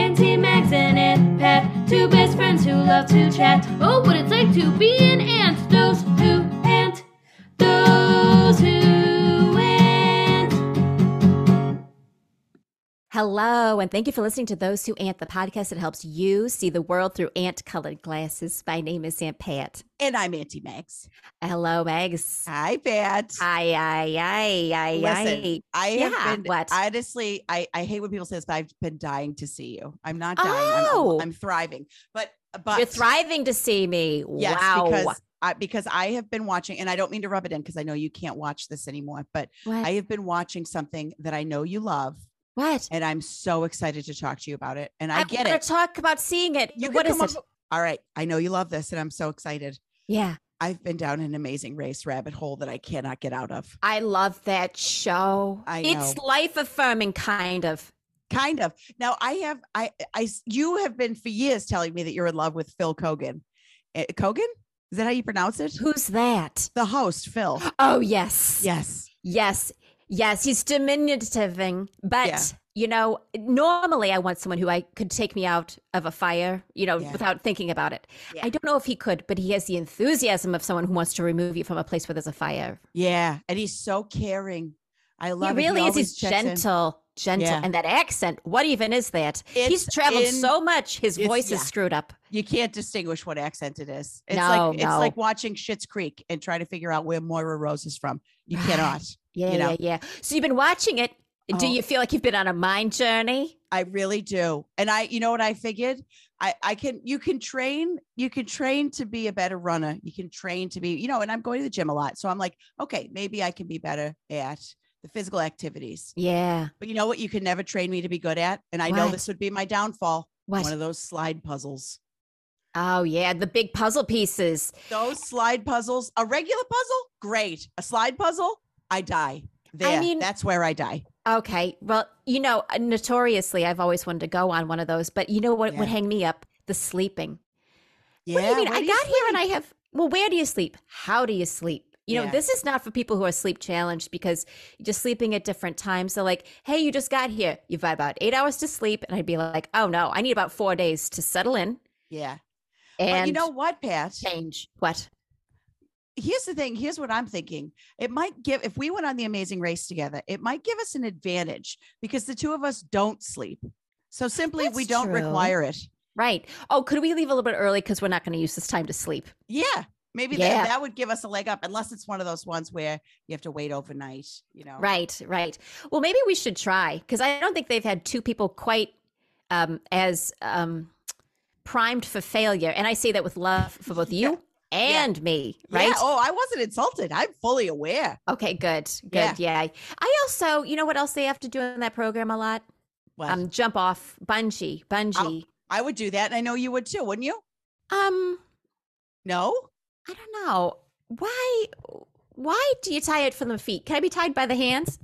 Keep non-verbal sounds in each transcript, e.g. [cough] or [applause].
Prince and Aunt Pat, two best friends who love to chat. Oh, what it's like to be an ant, those who ant, those who ant. Hello, and thank you for listening to Those Who Ant, the podcast that helps you see the world through ant colored glasses. My name is Aunt Pat. And I'm Auntie Max. Hello, Megs. Hi, Pat. Aye, aye, aye, aye, Listen, aye. I yeah, have been what? honestly, I, I hate when people say this, but I've been dying to see you. I'm not dying. Oh. I'm, I'm thriving. But but You're thriving to see me. Yes, wow. because I because I have been watching, and I don't mean to rub it in because I know you can't watch this anymore, but what? I have been watching something that I know you love, what? and I'm so excited to talk to you about it. And I, get wanna it. talk about seeing it. You what can is come it? up- All right. I know you love this, and I'm so excited. yeah. I've been down an amazing race rabbit hole that I cannot get out of. I love that show. I It's know. life affirming, kind of. Kind of. Now I have I I s- you have been for years telling me that you're in love with Phil Kogan. Eh, Kogan? Is that how you pronounce it? Who's that? The [gasps] host, Phil. Oh, yes. Yes. Yes. Yes. He's diminutiving. But, Yeah. you know, normally I want someone who I could take me out of a fire, you know, Yeah. without thinking about it. Yeah. I don't know if he could, but he has the enthusiasm of someone who wants to remove you from a place where there's a fire. Yeah. And he's so caring. I love it. he really is. always He's checks in. gentle, gentle. Yeah. And that accent, what even is that? He's It's traveled in- so much, his it's- voice yeah. is screwed up. You can't distinguish what accent it is. It's No, like it's no. like watching Schitt's Creek and trying to figure out where Moira Rose is from. [sighs] You Right. cannot. Yeah, know? yeah, yeah. So you've been watching it. Do Oh. you feel like you've been on a mind journey? I really do. And I, you know what I figured? I, I can, you can train, you can train to be a better runner. You can train to be, you know, and I'm going to the gym a lot. So I'm like, okay, maybe I can be better at the physical activities. Yeah. But you know what? You can never train me to be good at. And I know What? this would be my downfall. What? One of those slide puzzles. oh, yeah. The big puzzle pieces. Those slide puzzles, a regular puzzle, great. A slide puzzle, I die. There, mean- that's where I die. Okay. Well, you know, uh, notoriously, I've always wanted to go on one of those, but you know what would Yeah. hang me up? The sleeping. Yeah. what do you mean? where I do got here and sleep? I have, well, where do you sleep? How do you sleep? You know, Yeah. this is not for people who are sleep challenged because you're just sleeping at different times. So, like, hey, you just got here. You've got about eight hours to sleep. And I'd be like, oh, no, I need about four days to settle in Yeah. and but you know what, Pat? change. What? here's the thing here's what i'm thinking it might give if we went on the amazing race together it might give us an advantage because the two of us don't sleep so simply we That's don't true. require it Right. Oh, could we leave a little bit early because we're not going to use this time to sleep? yeah maybe Yeah. that, that would give us a leg up unless it's one of those ones where you have to wait overnight you know Right, right. Well, maybe we should try because I don't think they've had two people quite um, as um, primed for failure. And I say that with love for both Yeah. you and me, right? yeah. oh i wasn't insulted i'm fully aware Okay, good, Yeah. good. Yeah. I also, you know what else they have to do in that program a lot? well Um, jump off, bungee, bungee. i would do that and i know you would too wouldn't you Oh. Um, no [laughs] I don't know why. Why do you tie it from the feet? Can I be tied by the hands?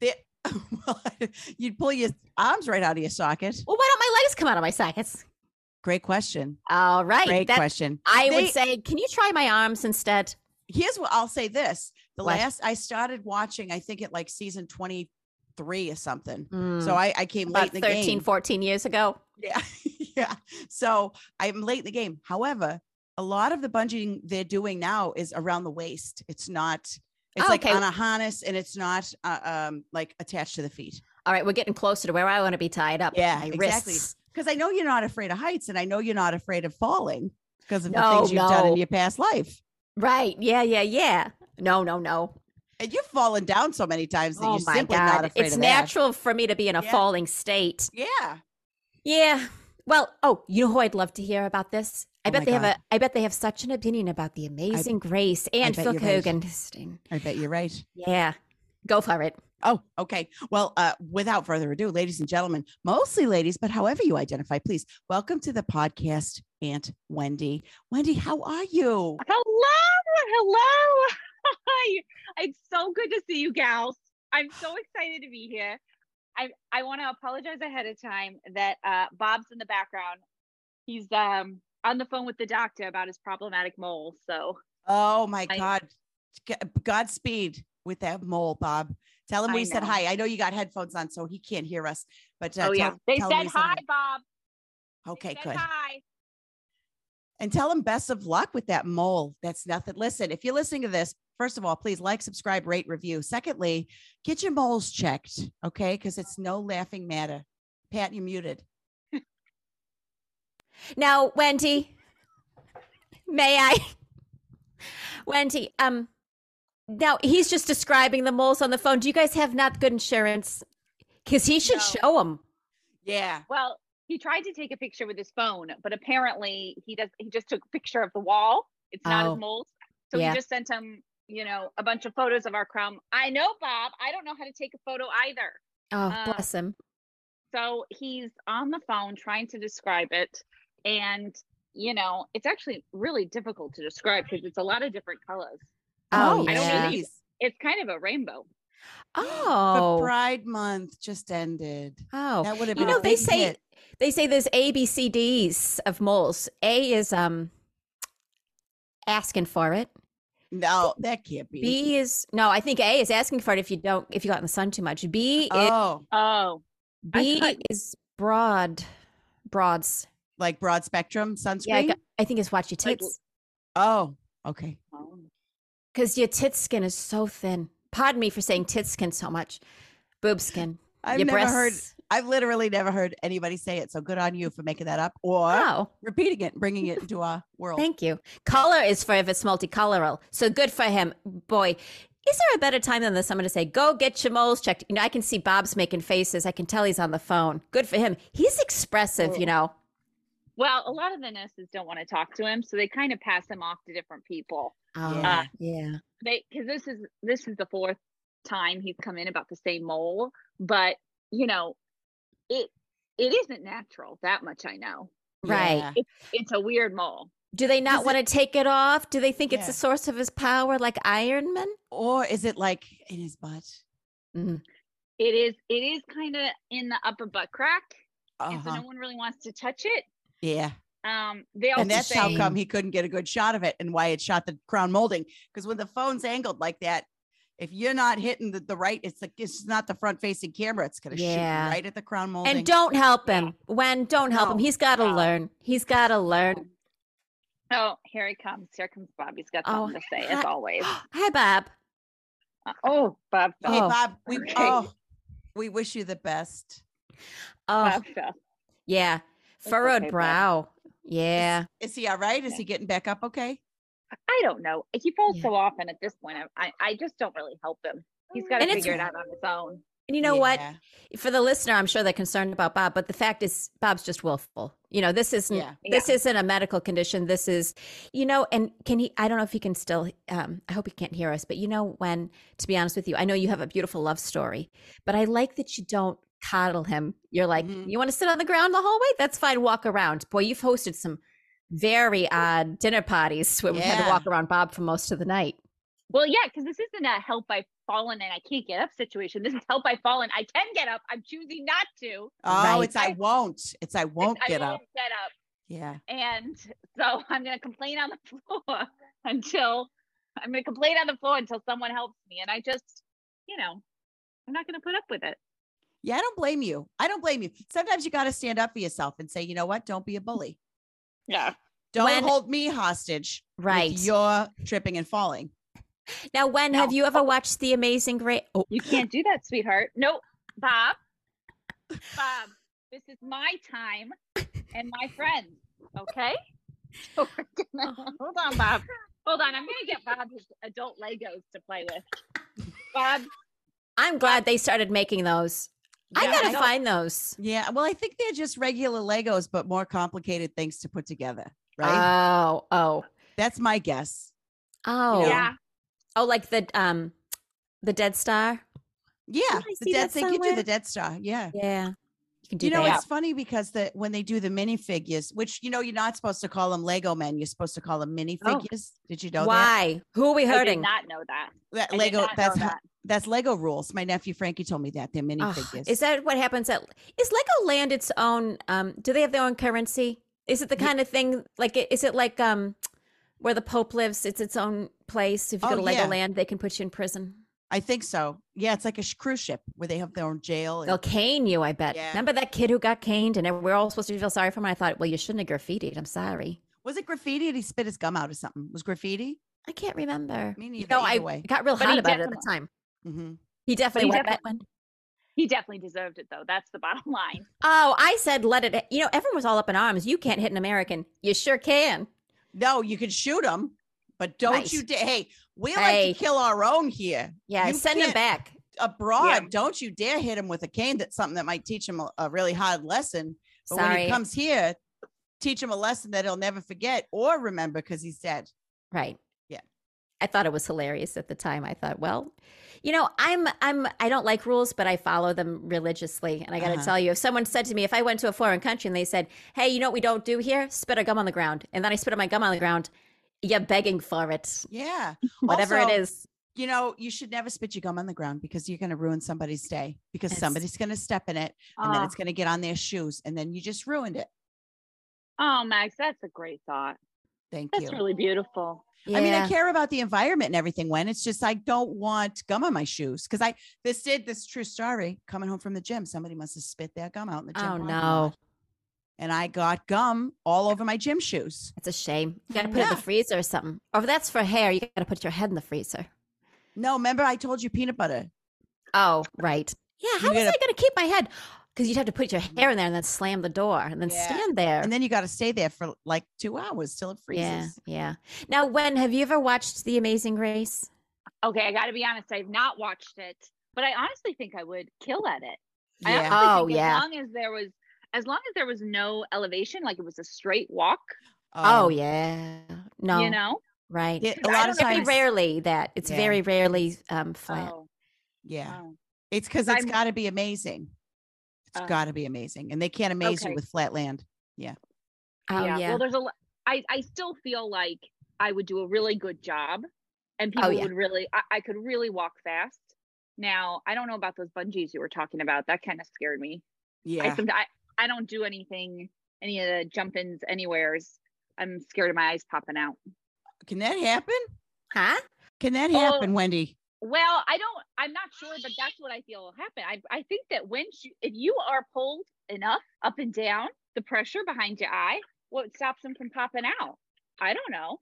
Well, [laughs] you'd pull your arms right out of your socket Well, why don't my legs come out of my sockets? great question All right. great that- question I They- would say, can you try my arms instead? here's what I'll say this. The What? last I started watching, I think at like season 23 or something. So I, I came Mm. about late in the 13, game. 14 years ago. Yeah. [laughs] yeah. So I'm late in the game. However, a lot of the bungeeing they're doing now is around the waist. It's not, it's Oh, like okay. on a harness and it's not uh, um, like attached to the feet. All right, we're getting closer to where I want to be tied up. Yeah, my exactly. wrists. Because I know you're not afraid of heights and I know you're not afraid of falling because of the No, things you've done no. in your past life. Right. Yeah, yeah, yeah. No, no, no. And you've fallen down so many times that oh you're my simply not God. afraid It's of that. natural for me to be in a Yeah. falling state. Yeah. Yeah. Well, oh, you know who I'd love to hear about this? I Oh bet my they have God. a I bet they have such an opinion about the amazing grace and bet Phil you're right. Kogan. I bet you're right. Yeah. Go for it. Oh, okay. Well, uh, without further ado, ladies and gentlemen, mostly ladies, but however you identify, please welcome to the podcast, Aunt Wendy. Wendy, how are you? Hello, hello. [laughs] Hi. It's so good to see you gals. I'm so excited to be here. I I want to apologize ahead of time that uh Bob's in the background. He's um on the phone with the doctor about his problematic mole. So Oh my I- God. G- Godspeed with that mole, Bob. Tell him I we said know. hi. I know you got headphones on, so he can't hear us. But uh, oh yeah. tell- They tell him said we hi, Bob. They Okay, said good. Hi. and tell them best of luck with that mole. That's nothing. Listen, if you're listening to this, first of all, please like, subscribe, rate, review. Secondly, get your moles checked, okay? Because it's no laughing matter. Pat, you're muted. Now, Wendy, may I? Wendy, um, now he's just describing the moles on the phone. Do you guys have not good insurance? Because he should No. show 'em. show them. Yeah. Well, he tried to take a picture with his phone, but apparently he does. He just took a picture of the wall. It's not Oh. his mold, so Yeah. he just sent him, you know, a bunch of photos of our crown. I know, Bob. I don't know how to take a photo either. Oh, Uh, bless him. So he's on the phone trying to describe it. And, you know, it's actually really difficult to describe because it's a lot of different colors. Oh, Um, I don't yeah. really- geez. It's kind of a rainbow. Oh, But Pride Month just ended. oh. That would have You been know, a they big say hit. they say there's A, B, C, D's of moles. A is um asking for it. no, that can't be. B is no, I think A is asking for it if you don't if you got in the sun too much. B is oh, Oh, I B thought- is broad, broads. like broad spectrum sunscreen. Yeah, I, got- I think it's watch your Like- tits oh, okay. oh. because your tit skin is so thin. Pardon me for saying tit skin so much, boob skin. I've your never heard. breasts. I've literally never heard anybody say it. So good on you for making that up or Oh, repeating it, and bringing it into our world. thank you. Color is for if it's multicoloral. So good for him, boy. Is there a better time than the summer to say, "Go get your moles checked"? You know, I can see Bob's making faces. I can tell he's on the phone. Good for him. He's expressive, Oh. you know. Well, a lot of the nurses don't want to talk to him, so they kind of pass him off to different people. Oh, Yeah. yeah. They because this is this is the fourth time he's come in about the same mole, but you know, it it isn't natural. That much I know. Right. Yeah. It's a weird mole. Do they not Is want to take it off? Do they think it's Yeah. a source of his power, like Iron Man? Or is it like in his butt? Mm. It is it is kind of in the upper butt crack. and so Uh-huh. no one really wants to touch it. Yeah. Um, they also And that's how say- shame. come he couldn't get a good shot of it and why it shot the crown molding. Because when the phone's angled like that, if you're not hitting the, the right, it's like it's not the front facing camera. It's gonna Yeah. shoot right at the crown molding. And don't help him. When don't help him. Oh No. He's got to No. learn. He's got to learn. Oh, here he comes. Here comes Bob. He's got Oh, something to say, as hi- always. [gasps] Hi, Bob. Uh, oh, Bob fell. hey Oh, Bob, we okay. oh, we wish you the best. Oh, Bob fell. yeah. Furrowed okay, Bob. brow. Yeah. Is he all right? Is Yeah. he getting back up okay? I don't know. He falls Yeah. so often at this point. I, I, I just don't really help him. He's got to Mm. And it's- figure it out on his own. And you know what? Yeah. For the listener, I'm sure they're concerned about Bob, but the fact is, Bob's just willful. You know, this isn't Yeah. this isn't a medical condition. This is, you know, and can he? I don't know if he can still. Um, I hope he can't hear us. But you know, when to be honest with you, I know you have a beautiful love story, but I like that you don't coddle him. You're like, Mhm. you want to sit on the ground the whole way? That's fine. Walk around, boy. You've hosted some very odd dinner parties [laughs] where we had to Yeah. walk around Bob for most of the night. Well, yeah, because this isn't a help I've fallen and I can't get up situation. This is help I've fallen. I can get up. I'm choosing not to. Oh, Right. it's I won't. It's I won't I get won't up. get up. Yeah. And so I'm going to complain on the [laughs] floor until I'm going to complain on the floor until someone helps me. And I just, you know, I'm not going to put up with it. Yeah, I don't blame you. I don't blame you. Sometimes you gotta stand up for yourself and say, you know what? Don't be a bully. Yeah. Don't When- hold me hostage. Right. You're tripping and falling. now, when have No. you ever watched The Amazing Race? Oh, You can't do that, sweetheart. No, Bob. Bob, this is my time and my friends. Okay. [laughs] So we're gonna- Oh, hold on, Bob. Hold on. I'm going to get Bob his adult Legos to play with. Bob. I'm glad they started making those. I yeah, gotta know. find those. Yeah. Well, I think they're just regular Legos, but more complicated things to put together. Right. Oh, oh, That's my guess. oh, Yeah. oh, like the um, the Dead Star. Yeah. I see that The Dead thing you do somewhere? the Dead Star. Yeah. Yeah, you can do You know, that. it's funny because the when they do the minifigures, which you know, you're not supposed to call them Lego men, you're supposed to call them minifigures. Did you know that? Oh. Why? Who are we I did hurting? not know that. That I did Lego not know that's that. that's Lego rules. My nephew Frankie told me that. They're Ugh, minifigures. is that what happens at? Is Legoland its own? Um, do they have their own currency? Is it the Ye- kind of thing like? i- Is it like um, where the Pope lives? It's its own place. If you go Oh, to yeah. Legoland, they can put you in prison. I think so. Yeah, it's like a sh- cruise ship where they have their own jail. and- They'll cane you, I bet. Yeah. Remember that kid who got caned and we're all supposed to feel sorry for him? I thought, well, you shouldn't have graffitied. I'm sorry. was it graffiti? And he spit his gum out or something. Was graffiti? I can't remember. Me You neither. know, either I way. got real But hot he about it at the definitely- time. hmm He definitely he went defi- that one. He definitely deserved it though. That's the bottom line. Oh, I said, let it. You know, everyone was all up in arms. You can't hit an American. You sure can. No, you can shoot him, but don't Right. you dare. Hey, we like Hey. to kill our own here. Yeah, You send him can't- back. Abroad, Yeah. don't you dare hit him with a cane. That's something that might teach him a, a really hard lesson. But when Sorry. he comes here, teach him a lesson that he'll never forget or remember because he's dead. Right. Yeah. I thought it was hilarious at the time. I thought, well, you know, I'm I'm I don't like rules, but I follow them religiously. And I got to Uh-huh. tell you, if someone said to me, if I went to a foreign country and they said, "Hey, you know what we don't do here? Spit a gum on the ground." And then I spit my gum on the ground, you're begging for [laughs] it. Yeah. Whatever Also, it is. you know, you should never spit your gum on the ground because you're going to ruin somebody's day because Yes. somebody's going to step in it and then Ah. Oh, it's going to get on their shoes and then you just ruined it. oh, Max, that's a great thought. Thank That's you. really beautiful. Yeah. I mean, I care about the environment and everything. When it's just, I don't want gum on my shoes because I this did this true story coming home from the gym. Somebody must have spit their gum out in the gym. Oh parking no. lot, And I got gum all over my gym shoes. It's a shame. You got to put it in Yeah. the freezer or something. Or if that's for hair, you got to put your head in the freezer. No, remember I told you peanut butter. Oh, right. Yeah. How You was gotta- I going to keep my head? Because you'd have to put your hair in there and then slam the door and then Yeah. stand there. And then you got to stay there for like two hours till it freezes. Yeah, yeah. Now, when have you ever watched The Amazing Race? Okay, I got to be honest. I've not watched it, but I honestly think I would kill at it. I Yeah. honestly Oh, think yeah. As long as there was, as long as there was no elevation, like it was a straight walk. Oh, yeah, no, You know. right. Yeah, a I lot of don't know if very times. it's rarely that it's Yeah. very rarely um, flat. Oh, Yeah. wow. It's because But it's I'm- got to be amazing. It's Uh. Oh. got to be amazing, and they can't amaze Okay. you with flat land. Oh, yeah, Well, there's a. lo- I I still feel like I would do a really good job, and people Oh, yeah. would really. I, I could really walk fast. Now I don't know about those bungees you were talking about. That kind of scared me. I, Yeah, somet- I I don't do anything, any of the jump ins anywheres. I'm scared of my eyes popping out. can that happen? huh? Can that Oh. happen, Wendy? Well, I don't. I'm not sure, but that's what I feel will happen. I I think that when she, if you are pulled enough up and down, the pressure behind your eye, what stops them from popping out? I don't know.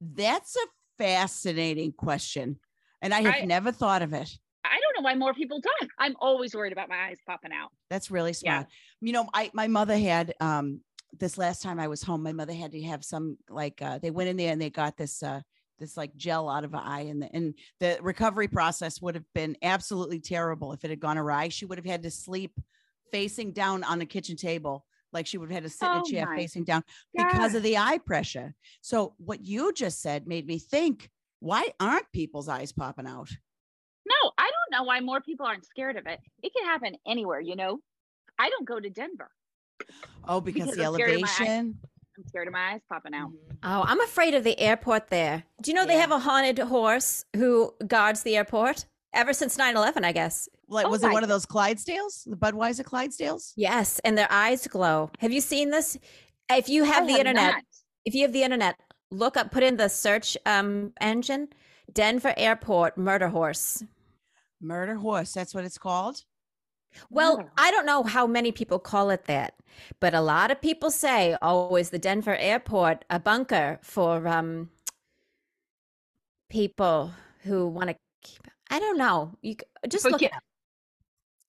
That's a fascinating question, and I have I- never thought of it. I don't know why more people don't. I'm always worried about my eyes popping out. That's really Yeah. smart. You know, I my mother had um this last time I was home, my mother had to have some like uh they went in there and they got this uh this like gel out of her eye and the, and the recovery process would have been absolutely terrible if it had gone awry. She would have had to sleep facing down on a kitchen table. Like she would have had to sit in Oh a chair my facing down because Yeah. of the eye pressure. So what you just said made me think, why aren't people's eyes popping out? No, I don't know why more people aren't scared of it. It can happen anywhere, you know. I don't go to Denver. Oh, because, Because the I'm scared of my eye- elevation. I'm scared of my eyes popping out. Mhm. Oh, I'm afraid of the airport. There, do you know they Yeah. have a haunted horse who guards the airport ever since 9/11? I guess. Like, Oh was it my one of those Clydesdales, the Budweiser Clydesdales? Yes, and their eyes glow. Have you seen this? If you have I the internet, not. if you have the internet, look up, put in the search um, engine, Denver Airport murder horse. Murder Horse. That's what it's called. Well, Murder. I don't know how many people call it that, but a lot of people say, "Oh, is the Denver Airport a bunker for um, people who want to keep?" I don't know. You c- just But look yeah, it up.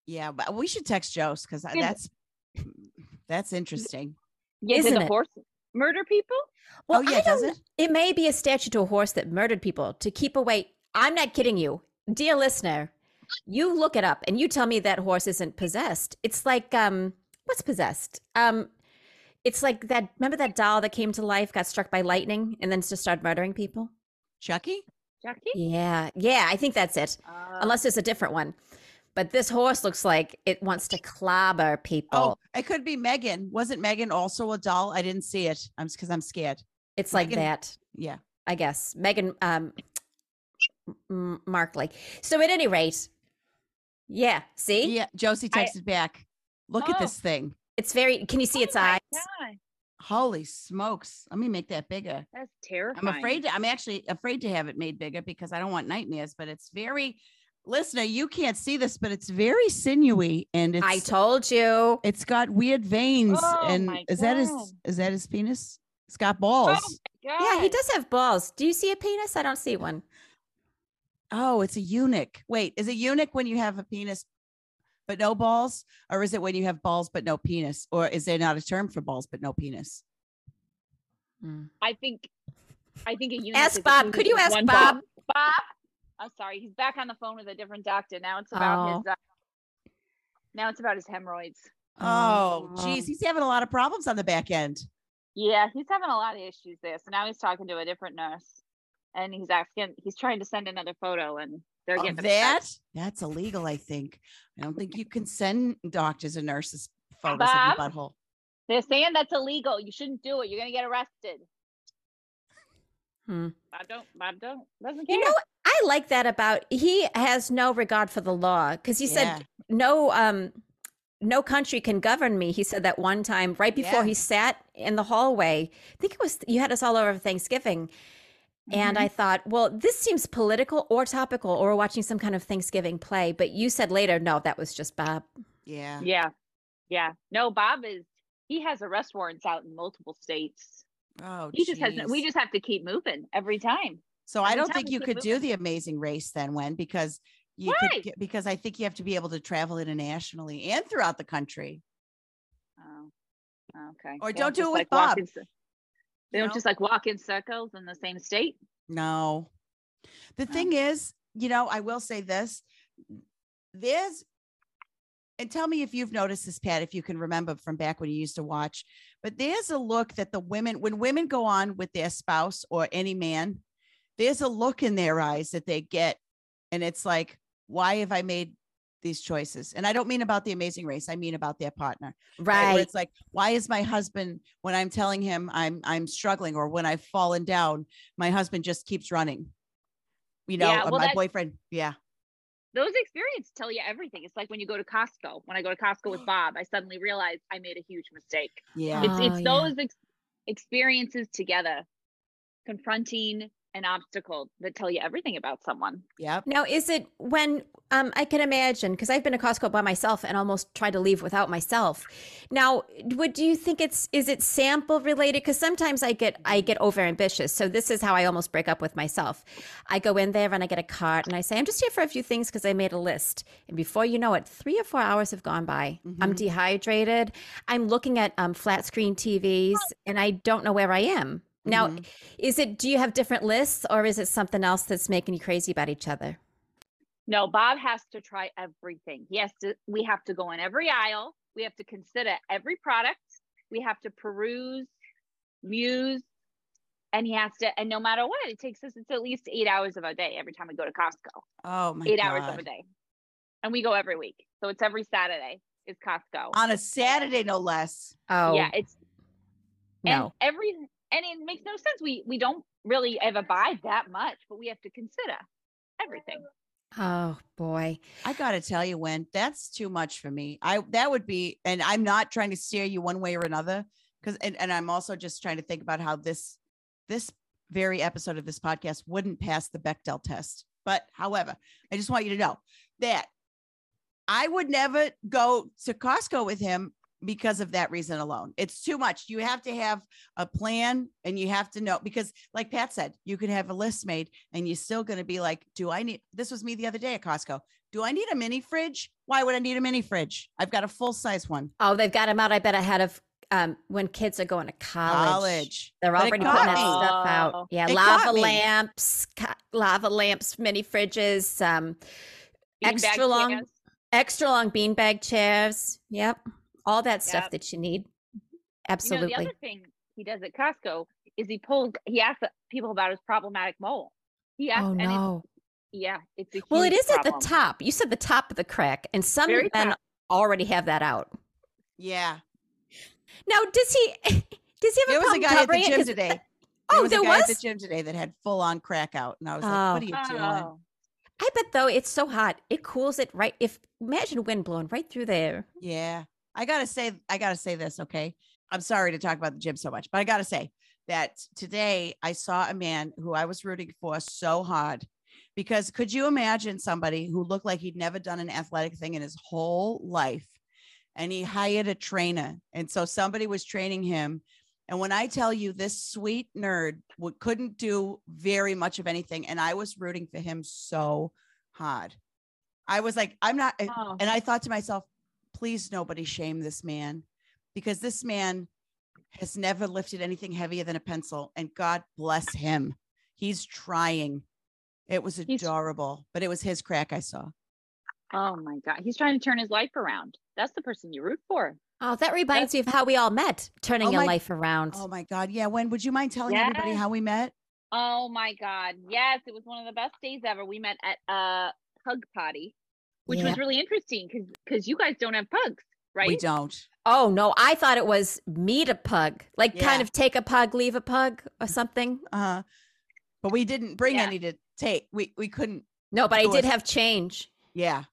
Yeah, but we should text Joe's because Yeah. that's that's interesting. Yeah, did Isn't the it? horse murder people? Well, oh yeah, I does don't it? It may be a statue to a horse that murdered people to keep away. I'm not kidding you, dear listener. You look it up and you tell me that horse isn't possessed. It's like um, what's possessed? Um, it's like that. Remember that doll that came to life, got struck by lightning, and then just started murdering people. Chucky? Jackie? Yeah, yeah. I think that's it. Uh, Unless there's a different one, but this horse looks like it wants to clobber people. Oh, it could be Megan. Wasn't Megan also a doll? I didn't see it. I'm because I'm scared. it's like Megan- that. Yeah. I guess. Megan um M- Markley. So at any rate, yeah, see? Yeah. Josie I- texted back. Look at Oh. this thing. It's very can you see oh its my eyes? God, Holy smokes. Let me make that bigger. that's terrifying. I'm afraid. I'm actually afraid to have it made bigger because I don't want nightmares, but it's very, listener, you can't see this, but it's very sinewy and it's I told you. it's got weird veins. Oh, and my is that his God. is that his penis? It's got balls. Oh, Oh, my God. Yeah, he does have balls. Do you see a penis? I don't see one. Oh, it's a eunuch. Wait, is a eunuch when you have a penis but no balls? Or is it when you have balls but no penis? Or is there not a term for balls but no penis? I think, I think a eunuch is Ask a Bob. dude Could you with ask one Bob? ball. Bob. I'm sorry, he's back on the phone with a different doctor now. It's about Oh. his. Uh, now it's about his hemorrhoids. Oh, Oh. geez, he's having a lot of problems on the back end. Yeah, he's having a lot of issues there. So now he's talking to a different nurse, and he's asking. He's trying to send another photo, and they're Oh, getting upset. that that's illegal, I think. I don't think you can send doctors and nurses photos Bob? of your butthole. They're saying that's illegal. You shouldn't do it. You're gonna get arrested. Hmm. Bob don't. Bob don't. Doesn't care. You know, I like that about he has no regard for the law because he Yeah. said no um no country can govern me. He said that one time right before Yeah. he sat in the hallway. I think it was you had us all over Thanksgiving. And I thought, well, this seems political or topical, or we're watching some kind of Thanksgiving play. But you said later, no, that was just Bob. Yeah. yeah, yeah. No, Bob is. He has arrest warrants out in multiple states. Oh, He just has. no- We geez. just have to keep moving every time. So I every don't time think we you keep could do moving. the Amazing Race then, Wen, because you could Why? get- because I think you have to be able to travel internationally and throughout the country. Oh, okay. Or They don't do just, it with walk Bob, in cir- They you don't know? just like walk in circles in the same state. No. The No. thing is, you know, I will say this. There's and tell me if you've noticed this, Pat, if you can remember from back when you used to watch, but there's a look that the women, when women go on with their spouse or any man, there's a look in their eyes that they get. And it's like, why have I made these choices? And I don't mean about the amazing race, I mean about their partner right? Where Right. it's like, why is my husband when I'm telling him I'm I'm struggling or when I've fallen down, my husband just keeps running. You know, Yeah, uh, well, my that- boyfriend. Yeah. Those experiences tell you everything. It's like when you go to Costco. When I go to Costco [gasps] with Bob, I suddenly realize I made a huge mistake. Ah, Yeah. It's it's Oh, yeah. those ex- experiences together, confronting an obstacle that tell you everything about someone. Yep. Now, is it when um, I can imagine because I've been to Costco by myself and almost tried to leave without myself. Now, would do you think it's is it sample related? Because sometimes I get I get overambitious. So this is how I almost break up with myself. I go in there and I get a cart and I say I'm just here for a few things because I made a list. And before you know it, three or four hours have gone by. I'm Mhm. dehydrated. I'm looking at um, flat screen TVs and I don't know where I am. Now, Mhm. is it do you have different lists or is it something else that's making you crazy about each other? No, Bob has to try everything. He has to. We have to go in every aisle. We have to consider every product. We have to peruse, muse, and he has to. And no matter what, it takes us. It's at least eight hours of our day every time we go to Costco. Oh my eight God. hours of a day, and we go every week. So it's every Saturday is Costco. On a Saturday, no less. Oh, yeah, it's no. and every and it makes no sense. We we don't really ever buy that much, but we have to consider everything. oh boy. I gotta tell you, when that's too much for me. I that would be, and I'm not trying to steer you one way or another, because and, and I'm also just trying to think about how this this very episode of this podcast wouldn't pass the Bechdel test. But however, I just want you to know that I would never go to Costco with him because of that reason alone. It's too much. You have to have a plan and you have to know because like Pat said, you can have a list made and you're still going to be like, do I need this was me the other day at Costco. Do I need a mini fridge? Why would I need a mini fridge? I've got a full size one. Oh, they've got him out. I bet ahead of um, when kids are going to college. College. They're But it already putting got that me. stuff Oh. out. Yeah, It lava got me. lamps, co- lava lamps, mini fridges, um, Beanbag Extra long- chairs. extra long beanbag chairs. Yep, all that stuff Yep. that you need. You know, Absolutely. the other thing he does at Costco is he pulls. He asks people about his problematic mole. He asks, oh and it's- no. yeah, it's a Well, it huge is at problem. the top. You said the top of the crack, and some Very men top. already have that out. Yeah. Now, does he? [laughs] Does he have There a was a problem guy at the covering it? gym 'Cause- [laughs] today. Oh, a there guy was. at the gym today that had full on crack out. And I was like, what are you doing? Oh. I bet though it's so hot, it cools it right. If imagine wind blowing right through there. Yeah. I gotta say, I gotta say this, okay? I'm sorry to talk about the gym so much, but I gotta say that today I saw a man who I was rooting for so hard. Because could you imagine somebody who looked like he'd never done an athletic thing in his whole life? And he hired a trainer. And so somebody was training him. And when I tell you this sweet nerd would, couldn't do very much of anything, and I was rooting for him so hard. I was like, I'm not, Oh. and I thought to myself, please nobody shame this man because this man has never lifted anything heavier than a pencil. And God bless him. He's trying. It was He's- adorable, but it was his crack I saw. Oh my God. He's trying to turn his life around. That's the person you root for. Oh, that reminds me of how we all met, turning Oh your my- life around. Oh my God. Yeah. When would you mind telling everybody Yes. how we met? Oh my God. Yes. It was one of the best days ever. We met at a pug potty, which Yeah. was really interesting because because you guys don't have pugs, right? We don't. Oh no, I thought it was meet a pug, like Yeah. kind of take a pug, leave a pug, or something. Uh, but we didn't bring Yeah. any to take. We we couldn't. No, but I Sure. did have change. Yeah.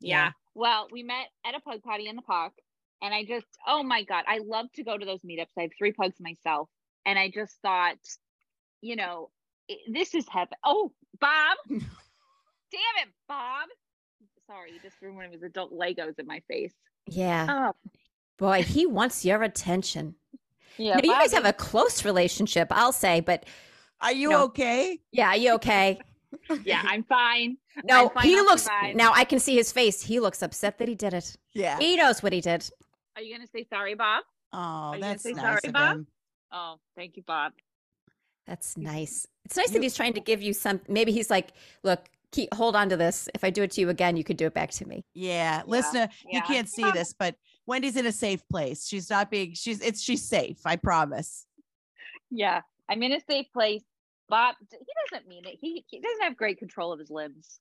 Yeah. Well, we met at a pug potty in the park, and I just, oh my God, I love to go to those meetups. I have three pugs myself, and I just thought, you know, i this is heaven. Oh, [laughs] Bob, damn it, Bob. Sorry, you just threw one of his adult Legos in my face. Yeah, Oh, boy, he wants your attention. yeah. Now, you guys Bob have a close relationship, I'll say, but Are you No. okay? yeah, are you okay? is- yeah, I'm fine. No, fine, he I'll looks survive. now. I can see his face. He looks upset that he did it. Yeah. He knows what he did. Are you gonna say sorry, Bob? Oh, you gonna that's say nice sorry, of Bob? him. Oh, thank you, Bob. That's nice. It's nice that he's trying to give you some. Maybe he's like, look, keep, hold on to this. If I do it to you again, you could do it back to me. Yeah. Listener, you yeah. Um can't see Yeah. this, but Wendy's in a safe place. She's not being she's it's she's safe, I promise. Yeah, I'm in a safe place. Bob, d- he doesn't mean it. He he doesn't have great control of his limbs.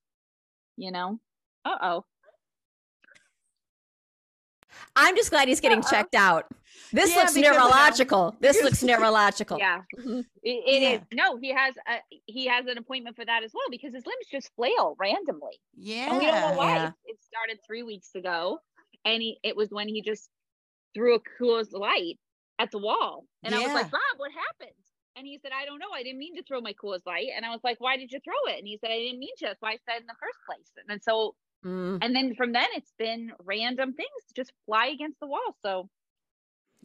You know. Uh oh. I'm just glad he's getting Uh-uh. checked out. This uh, Yeah, looks because of how- neurological. [laughs] This looks neurological. Yeah. Mhm. It, it Yeah. is- No, he has a he has an appointment for that as well because his limbs just flail randomly, Yeah. and we don't know why. Yeah. It, it started three weeks ago, and he it was when he just threw a Coors Light at the wall, and I was Yeah. like, Bob, what happened? And he said, I don't know. I didn't mean to throw my Coors Light, and I was like, Why did you throw it? And he said, I didn't mean to. That's why I said in the first place. And then so Mm. and then from then it's been random things just fly against the wall. So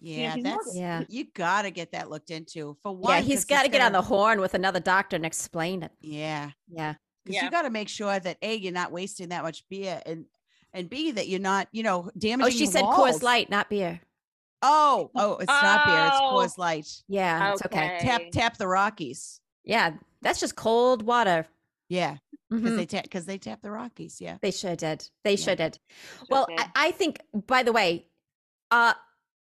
Yeah, he's that's Yeah. you gotta get that looked into for one. Yeah, he's 'cause got to it's get on the gonna- horn with another doctor and explain it. Yeah. Yeah. Because Yeah. you gotta make sure that A, you're not wasting that much beer and and B that you're not, you know, damaging. Oh, she your said walls. Coors Light, not beer. Oh, oh, it's not beer. It's Oh. Coors Light. Yeah, it's okay. Tap, Okay. tap the Rockies. Yeah, that's just cold water. Yeah, because Mhm. they tap because they tap the Rockies. Yeah. They sure did. They Yeah. sure did. Well, did. I, I think, by the way, uh,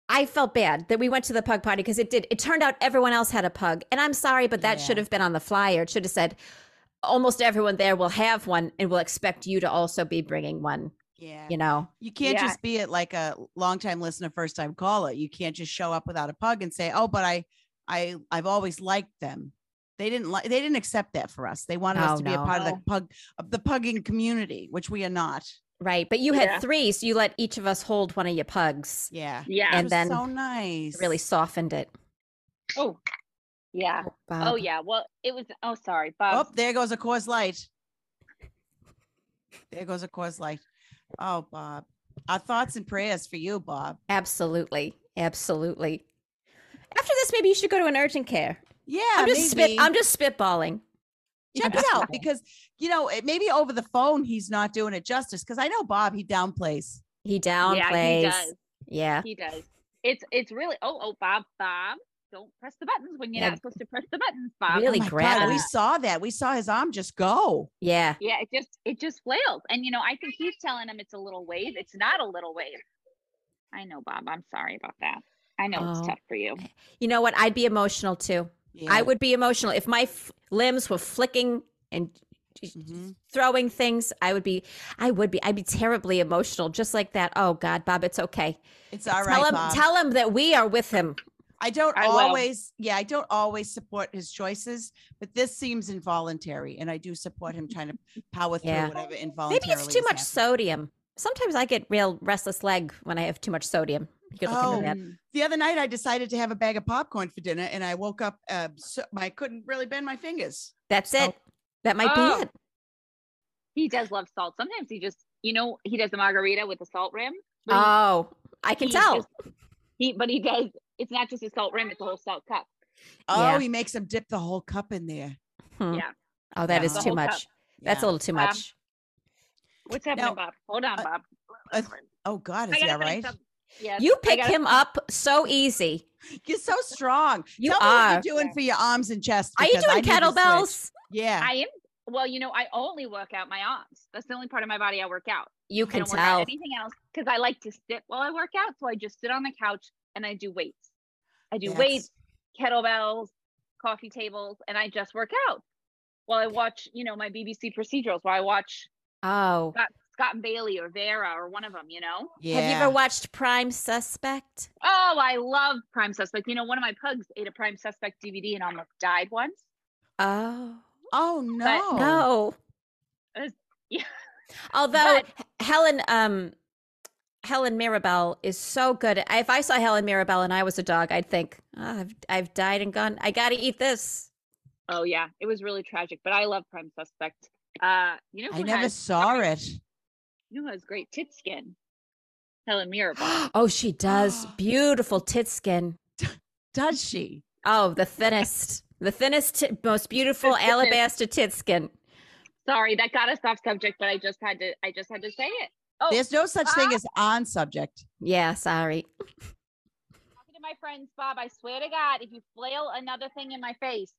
I felt bad that we went to the pug party because it did. It turned out everyone else had a pug. And I'm sorry, but that should Yeah. have been on the flyer. It should have said, almost everyone there will have one and will expect you to also be bringing one, Yeah. you know? You can't Yeah. just be it like a longtime listener, first time caller. You can't just show up without a pug and say, "Oh, but I, I, I've always liked them." They didn't like. They didn't accept that for us. They wanted No, us to be a Oh, no. part of the No. pug, of the pugging community, which we are not. Right. But you had Yeah. three, so you let each of us hold one of your pugs. Yeah. yeah. And It was then so nice. It really softened it. oh, yeah. Bob. Oh, yeah. Well, it was. Oh, sorry, Oh, Bob. there goes a Coors Light. There goes a Coors Light. Oh, Bob. Our thoughts and prayers for you, Bob. Absolutely. Absolutely. After this, maybe you should go to an urgent care. Yeah, I'm just maybe. spit. I'm just spitballing. check it out because you know it, maybe over the phone he's not doing it justice because I know Bob he downplays. He yeah, he downplays. does. Yeah. He does. It's it's really. Oh, oh, Bob, Bob, don't press the buttons when you're Yeah. not supposed to press the buttons, Bob. Really? oh my God, grabbing we it. saw that. We saw his arm just go. Yeah. Yeah, it just it just flails, and you know, I think he's telling him it's a little wave. It's not a little wave. I know, Bob. I'm sorry about that. I know Oh. it's tough for you. You know what? I'd be emotional too. Yeah. I would be emotional if my f- limbs were flicking and Mhm. throwing things. I would be. I would be. I'd be terribly emotional, just like that. Oh God, Bob, it's okay. It's all right, tell him. Bob. Tell him that we are with him. I don't I will. always. Yeah, I don't always support his choices, but this seems involuntary, and I do support him trying to power through Yeah. whatever Maybe involuntarily. it's too is much happening. sodium. Sometimes I get real restless leg when I have too much sodium. You could look Oh. into that. Mm. the other night I decided to have a bag of popcorn for dinner and I woke up uh, so I couldn't really bend my fingers. That's So- it. That might Oh. be it. He does love salt. Sometimes he just, you know, he does the margarita with the salt rim. but he- Oh, I can he tell. just- he, but he does. It's not just a salt rim; it's a whole salt cup. Oh, Yeah. he makes them dip the whole cup in there. Hmm. yeah. Oh, that Yeah. is The too whole much. cup. That's a little too Um, much. What's happening, Now- Bob? Hold on, uh, Bob. uh, Oh God, is I he gotta all right? find some- Yeah, you Um, I pick gotta- him up so easy. You're so strong. You Tell me are. what you're doing for your arms and chest. Are you because I doing need to switch. kettlebells? Yeah. I am. Well, you know, I only work out my arms. That's the only part of my body I work out. You I can don't work out tell. anything else because I like to sit while I work out. So I just sit on the couch and I do weights. I do That's- weights, kettlebells, coffee tables, and I just work out while I watch, you know, my BBC procedurals where I watch Oh, Scott and Bailey or Vera or one of them, you know? yeah. have you ever watched Prime Suspect? Oh, I love Prime Suspect. You know, one of my pugs ate a Prime Suspect DVD and almost died once. Oh, Oh no. no. It's- Uh, yeah. [laughs] Although Helen, um, Helen Mirabelle is so good. I- If I saw Helen Mirabelle and I was a dog, I'd think "Ah, I've I've died and gone. I gotta eat this. Oh, yeah. It was really tragic, but I love Prime Suspect. Uh, you know, I who never has, saw it. you know who has great tit skin? Helen Mirabal. oh, she does [gasps] beautiful tit skin. [gasps] Does she? Oh, the [laughs] thinnest, the thinnest, ti- most beautiful thinnest. alabaster tit skin. Sorry, that got us off subject, but I just had to I just had to say it. Oh, There's no such ah. thing as on subject. Yeah, sorry. talking to my friends, Bob, I swear to God, if you flail another thing in my face,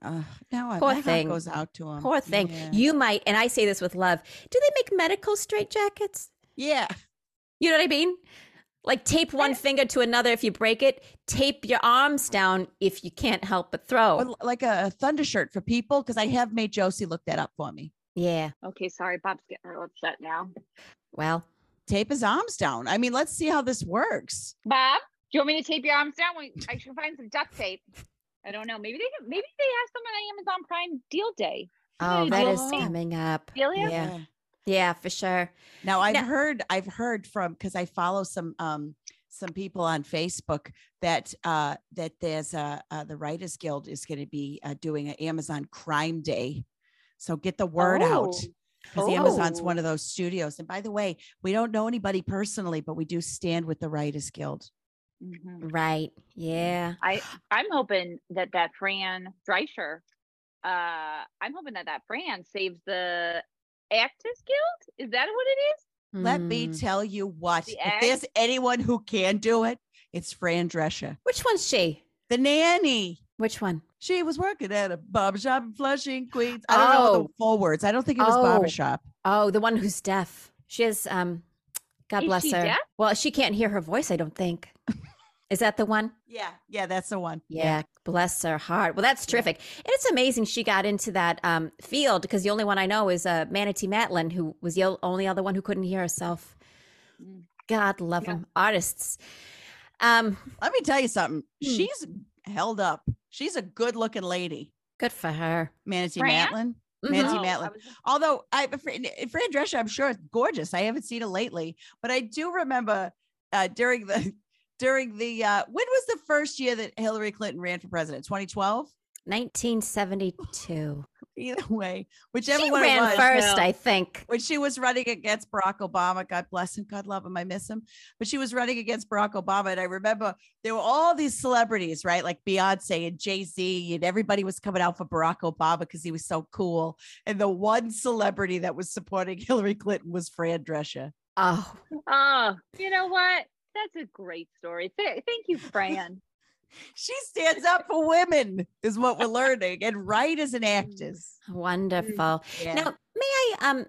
Uh, no, I Poor my heart thing. goes out to him. Poor thing. Yeah. You might, and I say this with love. Do they make medical straitjackets? yeah. You know what I mean? Like tape one finger to another if you break it. Tape your arms down if you can't help but throw. Or l- like a, a thunder shirt for people because I have made Josie look that up for me. yeah. okay, sorry, Bob's getting real upset now. Well, Tape his arms down. I mean, let's see how this works. Bob, do you want me to tape your arms down? We- I should find some duct tape. I don't know. Maybe they can- maybe they have some on Amazon Prime deal day. oh, Yeah, that is don't know. coming up. Really? Yeah. Yeah, for sure. Now I've Now- heard I've heard from because I follow some um some people on Facebook that uh that there's a uh, the Writers Guild is going to be uh, doing an Amazon Crime Day, so get the word out Oh, Oh. because Amazon's one of those studios. And by the way, we don't know anybody personally, but we do stand with the Writers Guild. Mhm. Right. Yeah. I I'm hoping that that Fran Dreischer, uh, I'm hoping that that Fran saves the Actors Guild. Is that what it is? Let me Mm. tell you what The if there's anyone who can do it, it's Fran Drescher, Which one's she? the nanny. Which one? She was working at a barbershop in Flushing, Queens. I don't know Oh. the full words. I don't think it was Oh. barbershop. Oh, the one who's deaf. She is. Um, God Is bless she her. deaf? Well, she can't hear her voice. I don't think. [laughs] is that the one? Yeah, yeah, that's the one. Yeah, bless her heart. Well, that's terrific. And it's amazing she got into that um, field because the only one I know is uh, Manatee Matlin, who was the o- only other one who couldn't hear herself. Mm. God love Yeah. them, artists. Um, Let me tell you something. Hmm. She's held up. She's a good-looking lady, good for her. Manatee Fran? Matlin. Mhm. Nancy Oh, I Matlin. was- Although I, Fran Fran Drescher, I'm sure is gorgeous. I haven't seen her lately, but I do remember uh, during the [laughs] during the uh, when was the first year that Hillary Clinton ran for president? 2012. 1972. Either way, whichever She one it ran was. first, no. I think. when she was running against Barack Obama, God bless him, God love him, I miss him. But she was running against Barack Obama, and I remember there were all these celebrities, right? Like Beyonce and Jay Z, and everybody was coming out for Barack Obama because he was so cool. And the one celebrity that was supporting Hillary Clinton was Fran Drescher. Oh, Oh, you know what? That's a great story. Th- thank you, Fran. She stands up for women, is what we're learning, and right as an actress. wonderful. Yeah. Now, may I um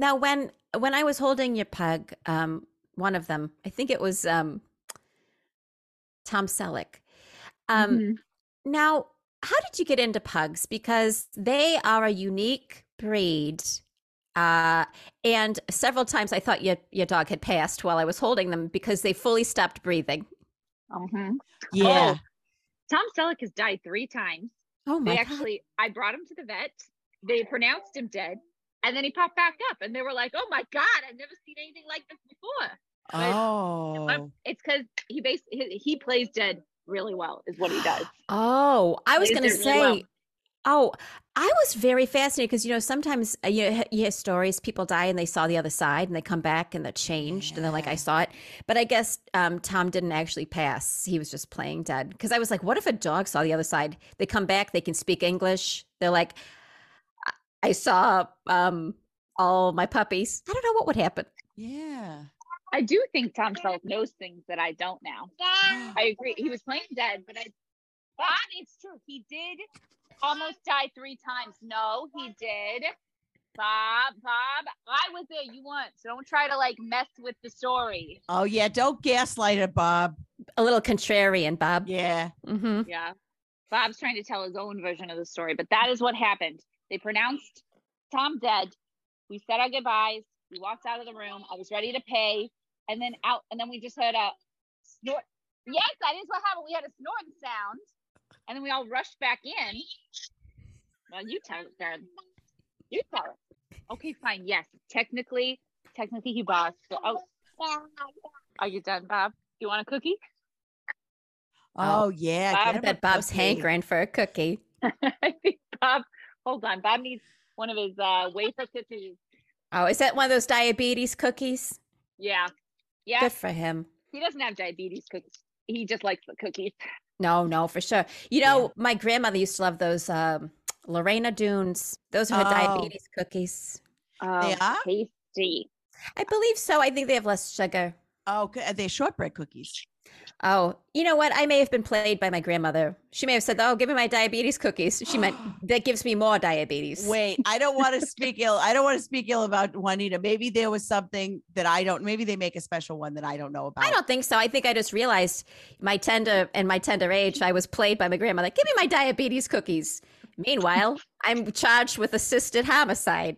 now when when I was holding your pug, um one of them, I think it was um Tom Selleck. [laughs] Um Mhm. now, how did you get into pugs because they are a unique breed. Uh and several times I thought your your dog had passed while I was holding them because they fully stopped breathing. Mhm. yeah. Tom Selleck has died three times. Oh They my god. actually, I brought him to the vet. They pronounced him dead, and then he popped back up, and they were like, "Oh my God, I've never seen anything like this before." But Oh. It's because he bas- he, he plays dead really well, is what he does. Oh, I was They going to did really well. say Oh, I was very fascinated because you know sometimes uh, you, you hear stories people die and they saw the other side and they come back and they're changed and they're like I saw it, but I guess um, Tom didn't actually pass. He was just playing dead because I was like, what if a dog saw the other side? They come back, they can speak English. They're like, "I- I saw um, all my puppies. I don't know what would happen. Yeah. I do think Tom Selleck knows things that I don't now. I agree. He was playing dead, but I but it's true. He did almost die three times. No, he did. Bob, Bob, I was there. You weren't. So don't try to like mess with the story. Oh yeah. Don't gaslight it, Bob. A little contrarian, Bob. Yeah. Mm-hmm. Yeah. Bob's trying to tell his own version of the story, but that is what happened. They pronounced Tom dead. We said our goodbyes. We walked out of the room. I was ready to pay. And then out, and then we just heard a snort. Yes, that is what happened. We had a snorting sound. And then we all rushed back in. Well, you tell it, Darren. You tell it. Okay, fine. Yes. Technically, technically he bossed. So, oh, are you done, Bob? You want a cookie? Oh, Oh yeah. Bob- I get him bet a Bob's cookie. hankering for a cookie. I think [laughs] Bob, hold on. Bob needs one of his uh, wafer cookies. Oh, is that one of those diabetes cookies? Yeah. Yeah. Good for him. He doesn't have diabetes cookies. He just likes the cookies. No, no, for sure. You know, my grandmother used to love those um, Lorena Dunes. Those are her Oh. diabetes cookies. Oh, They are? tasty. I believe so. I think they have less sugar. Oh, good. Are they shortbread cookies? Oh, you know what? I may have been played by my grandmother. She may have said, "Oh, give me my diabetes cookies." She [gasps] meant that gives me more diabetes. Wait, I don't want to speak ill. I don't want to speak ill about Juanita. Maybe there was something that I don't. Maybe they make a special one that I don't know about. I don't think so. I think I just realized my tender and my tender age, I was played by my grandmother. Give me my diabetes cookies. Meanwhile, I'm charged with assisted homicide.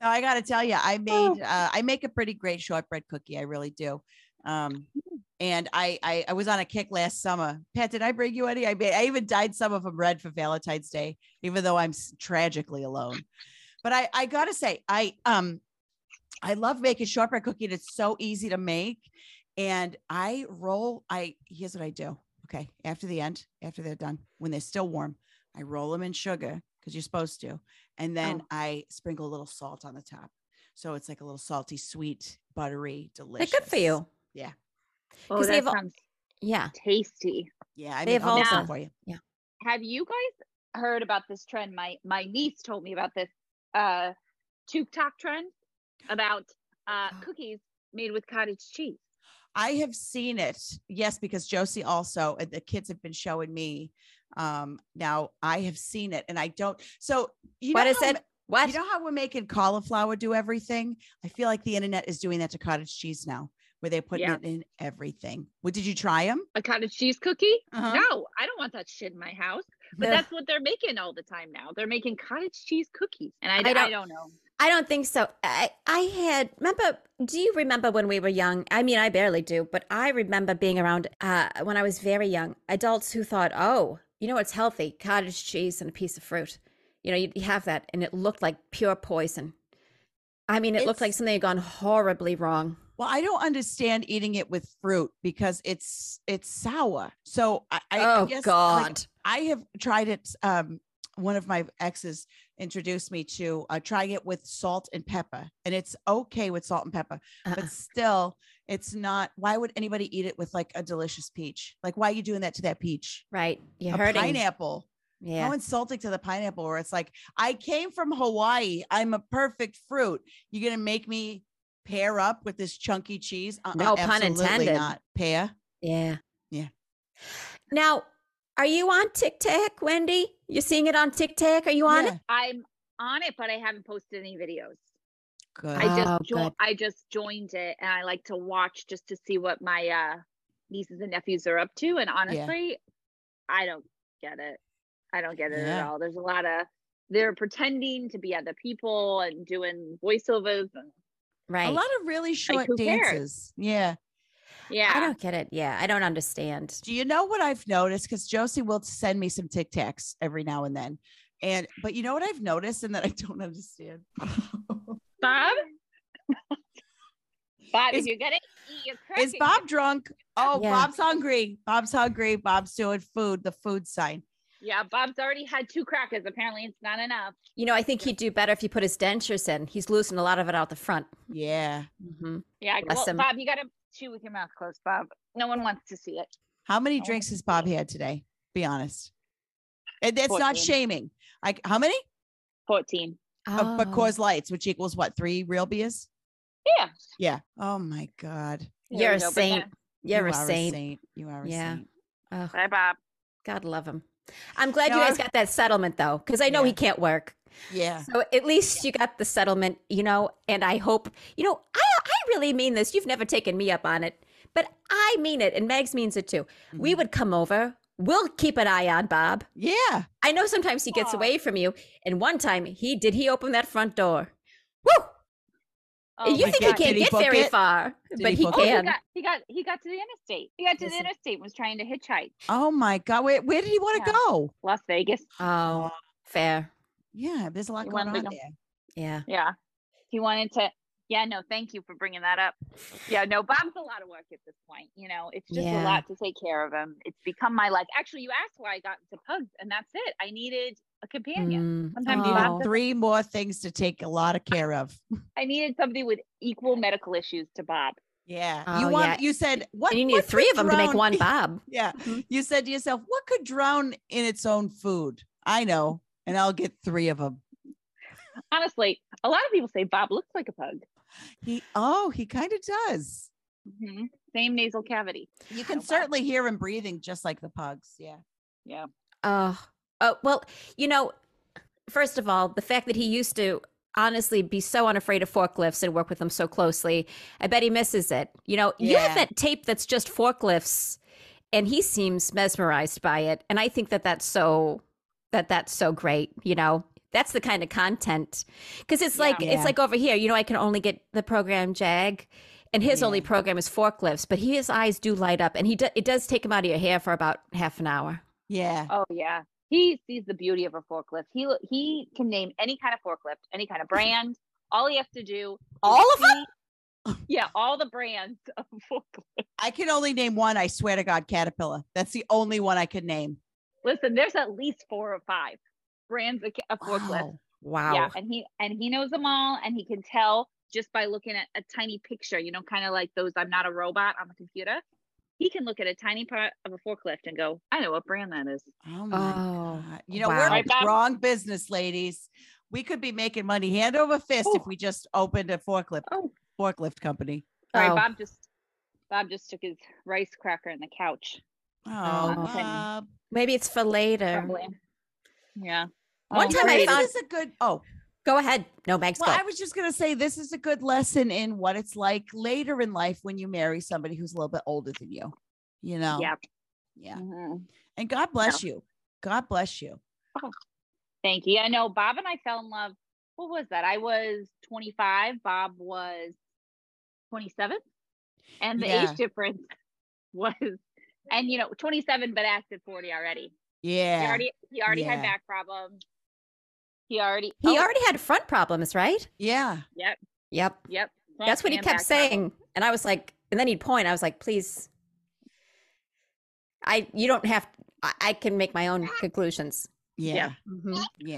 No, I got to tell you, I made Oh. uh, I make a pretty great shortbread cookie. I really do. Um, and I, I I was on a kick last summer. Pat, did I bring you any? I made, I even dyed some of them red for Valentine's Day, even though I'm s- tragically alone. But I I gotta say I um I love making shortbread cookie. And it's so easy to make. And I roll. I here's what I do. Okay, after the end, after they're done, when they're still warm, I roll them in sugar because you're supposed to, and Oh. then I sprinkle a little salt on the top, so it's like a little salty, sweet, buttery, They're delicious. good for you. Oh, 'Cause they that have all- sounds Yeah. tasty. Yeah, I They mean, I'll make some evolve. for you. Have you guys heard about this trend? My my niece told me about this uh TikTok trend about [gasps] uh Oh. cookies made with cottage cheese. I have seen it. Yes, because Josie also and the kids have been showing me. Um, now I have seen it, and I don't. So you What know is how, it? What? You know how we're making cauliflower do everything? I feel like the internet is doing that to cottage cheese now, where they're putting Yeah. it in everything. What did you try them? A cottage cheese cookie? Uh-huh. No, I don't want that shit in my house. But Ugh. that's what they're making all the time now. They're making cottage cheese cookies, and I, I I, don't- don't, know. I don't think so. I, I had remember. Do you remember when we were young? I mean, I barely do, but I remember being around uh, when I was very young. Adults who thought, "Oh, you know what's healthy? Cottage cheese and a piece of fruit." You know, you, you have that, and it looked like pure poison. I mean, it looked like It's- something had gone horribly wrong. Well, I don't understand eating it with fruit because it's it's sour. So I, I, I oh guess, like, God! I have tried it. Um, one of my exes introduced me to uh, trying it with salt and pepper, and it's okay with salt and pepper, Uh-uh. but still, it's not. Why would anybody eat it with like a delicious peach? Like, why are you doing that to that peach? Right? You're a hurting. pineapple. Yeah. How insulting to the pineapple, where it's like, I came from Hawaii. I'm a perfect fruit. You're going to make me pair up with this chunky cheese? Uh-uh, No pun absolutely intended. Not pair. Yeah. Yeah. Now, are you on TikTok, Wendy? You're seeing it on TikTok? Are you on it? Yeah, I'm on it, but I haven't posted any videos. Good. I Oh, just jo- good. I just joined it, and I like to watch just to see what my uh, nieces and nephews are up to. And honestly, I don't get it. I don't get it at Yeah. all. There's a lot of they're pretending to be other people and doing voiceovers. And, Right. a lot of really short who cares? dances. Yeah. yeah, I don't get it. Yeah, I don't understand. Do you know what I've noticed? Because Josie will send me some Tic Tacs every now and then. And, but you know what I've noticed and that I don't understand? Bob. Bob, Is- if you're gonna eat your Is cookies, Bob drunk? Oh, Yeah. Bob's hungry. Bob's hungry. Bob's doing food, the food sign. Yeah, Bob's already had two crackers. Apparently, it's not enough. You know, I think he'd do better if he put his dentures in. He's losing a lot of it out the front. Yeah. hmm Yeah, I- Bless well, him. Bob, you got to chew with your mouth closed, Bob. No one wants to see it. How many Oh, drinks has Bob had today? Be honest. And that's not 14. shaming. Like how many? Fourteen. Of Oh. But Coors Lights, which equals what? Three real beers? Yeah. Yeah. Oh my God. there You're we a go, but saint. yeah. You're You a are saint. You are a Yeah. saint. Oh, Bye, Bob. God love him. I'm glad No, you guys got that settlement though, because I know Yeah. he can't work. Yeah. So at least you got the settlement, you know, and I hope, you know, I, I really mean this. You've never taken me up on it, but I mean it. And Megs means it too. Mm-hmm. We would come over. We'll keep an eye on Bob. Yeah. I know sometimes he gets Aw. away from you. And one time he did, he opened that front door. Woo! Oh you my think God. he Did can't he get book very it? far, Did but he he, book it? Oh, he can. got, he got he got to the interstate. He got to the Listen. interstate and was trying to hitchhike. Oh my God. Where, where did he want to Yeah. go? Las Vegas. oh, fair. Yeah. There's a lot He going on wanted to there. go- Yeah. Yeah. He wanted to. Yeah, no, thank you for bringing that up. Yeah, no, Bob's a lot of work at this point. You know, it's just Yeah. a lot to take care of him. It's become my life. Actually, you asked why I got into pugs, and that's it. I needed a companion. Mm, Sometimes You you need have oh, to- Three more things to take a lot of care of. Mm. I needed somebody with equal medical issues to Bob. Yeah. Oh, you want yeah. you said what oh. and you need what three could of them to make drown- one [laughs] Bob. Yeah. Mhm. You said to yourself, what could drown in its own food? I know. And I'll get three of them. Honestly, a lot of people say Bob looks like a pug. He oh, he kind of does. hmm Same nasal cavity. You Oh, can wow. certainly hear him breathing just like the pugs. Yeah. Yeah. Oh, oh, well, you know, first of all, the fact that he used to honestly be so unafraid of forklifts and work with them so closely, I bet he misses it. You know, you Yeah. have that tape that's just forklifts, and he seems mesmerized by it. And I think that that's so that that's so great. You know, that's the kind of content because it's Yeah. like Yeah. it's like over here. You know, I can only get the program Jag. And his Yeah. only program is forklifts, but he, his eyes do light up, and he do, it does take him out of your hair for about half an hour. Yeah. Oh yeah. He sees the beauty of a forklift. He lo- he can name any kind of forklift, any kind of brand. All he has to do, is All of see- [laughs] Yeah, all the brands of forklift. I can only name one, I swear to God, Caterpillar. That's the only one I could name. Listen, there's at least four or five brands of, ca- of forklift. Wow. Wow. Yeah, and he and he knows them all, and he can tell just by looking at a tiny picture. You know, kind of like those "I'm not a robot" on the computer. He can look at a tiny part of a forklift and go, "I know what brand that is." Oh my Oh, God. You know, wow. we're in Right, the Bob? wrong business, ladies. We could be making money hand over fist if Ooh. we just opened a forklift Oh. forklift company. Sorry, Oh. Bob just Bob just took his rice cracker in the couch. Oh, Oh. Bob. Maybe it's for later. Probably. Yeah. One Oh, time I great. found- this is a good oh Go ahead. No, Meg's well go. i was just going to say this is a good lesson in what it's like later in life when you marry somebody who's a little bit older than you you know Yeah. yeah Mhm. and god bless you god bless you Thank you. I know Bob and I fell in love. What was that? I was 25. Bob was 27. And the Yeah. age difference [laughs] was, and you know, 27, but acted 40 already. He yeah already, he already Yeah. had back problems. He already, he oh, already had front problems, right? yeah Yep. Yep. Yep. front That's what he and kept back problems. saying. And I was like, and then he'd point. I was like, please. I you don't have I, I can make my [laughs] own conclusions. yeah yeah,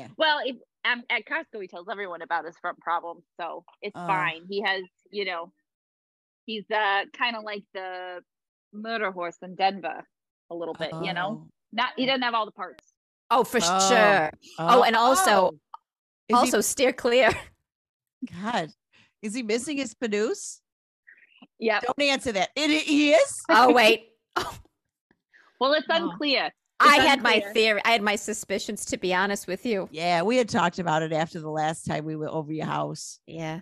Mhm. Well, if, um, at Costco, he tells everyone about his front problem, so it's Oh. fine. He has, you know, he's uh, kind of like the murder horse in Denver, a little bit. You know, not he doesn't have all the parts. Oh, for Oh. sure. Oh, and also Is he- also steer clear. god is he missing his panus Yeah. don't answer that it, he is oh wait. Well, it's Oh. unclear. I had my unclear. theory. I had my suspicions to be honest with you. yeah we had talked about it after the last time we were over your house Yeah.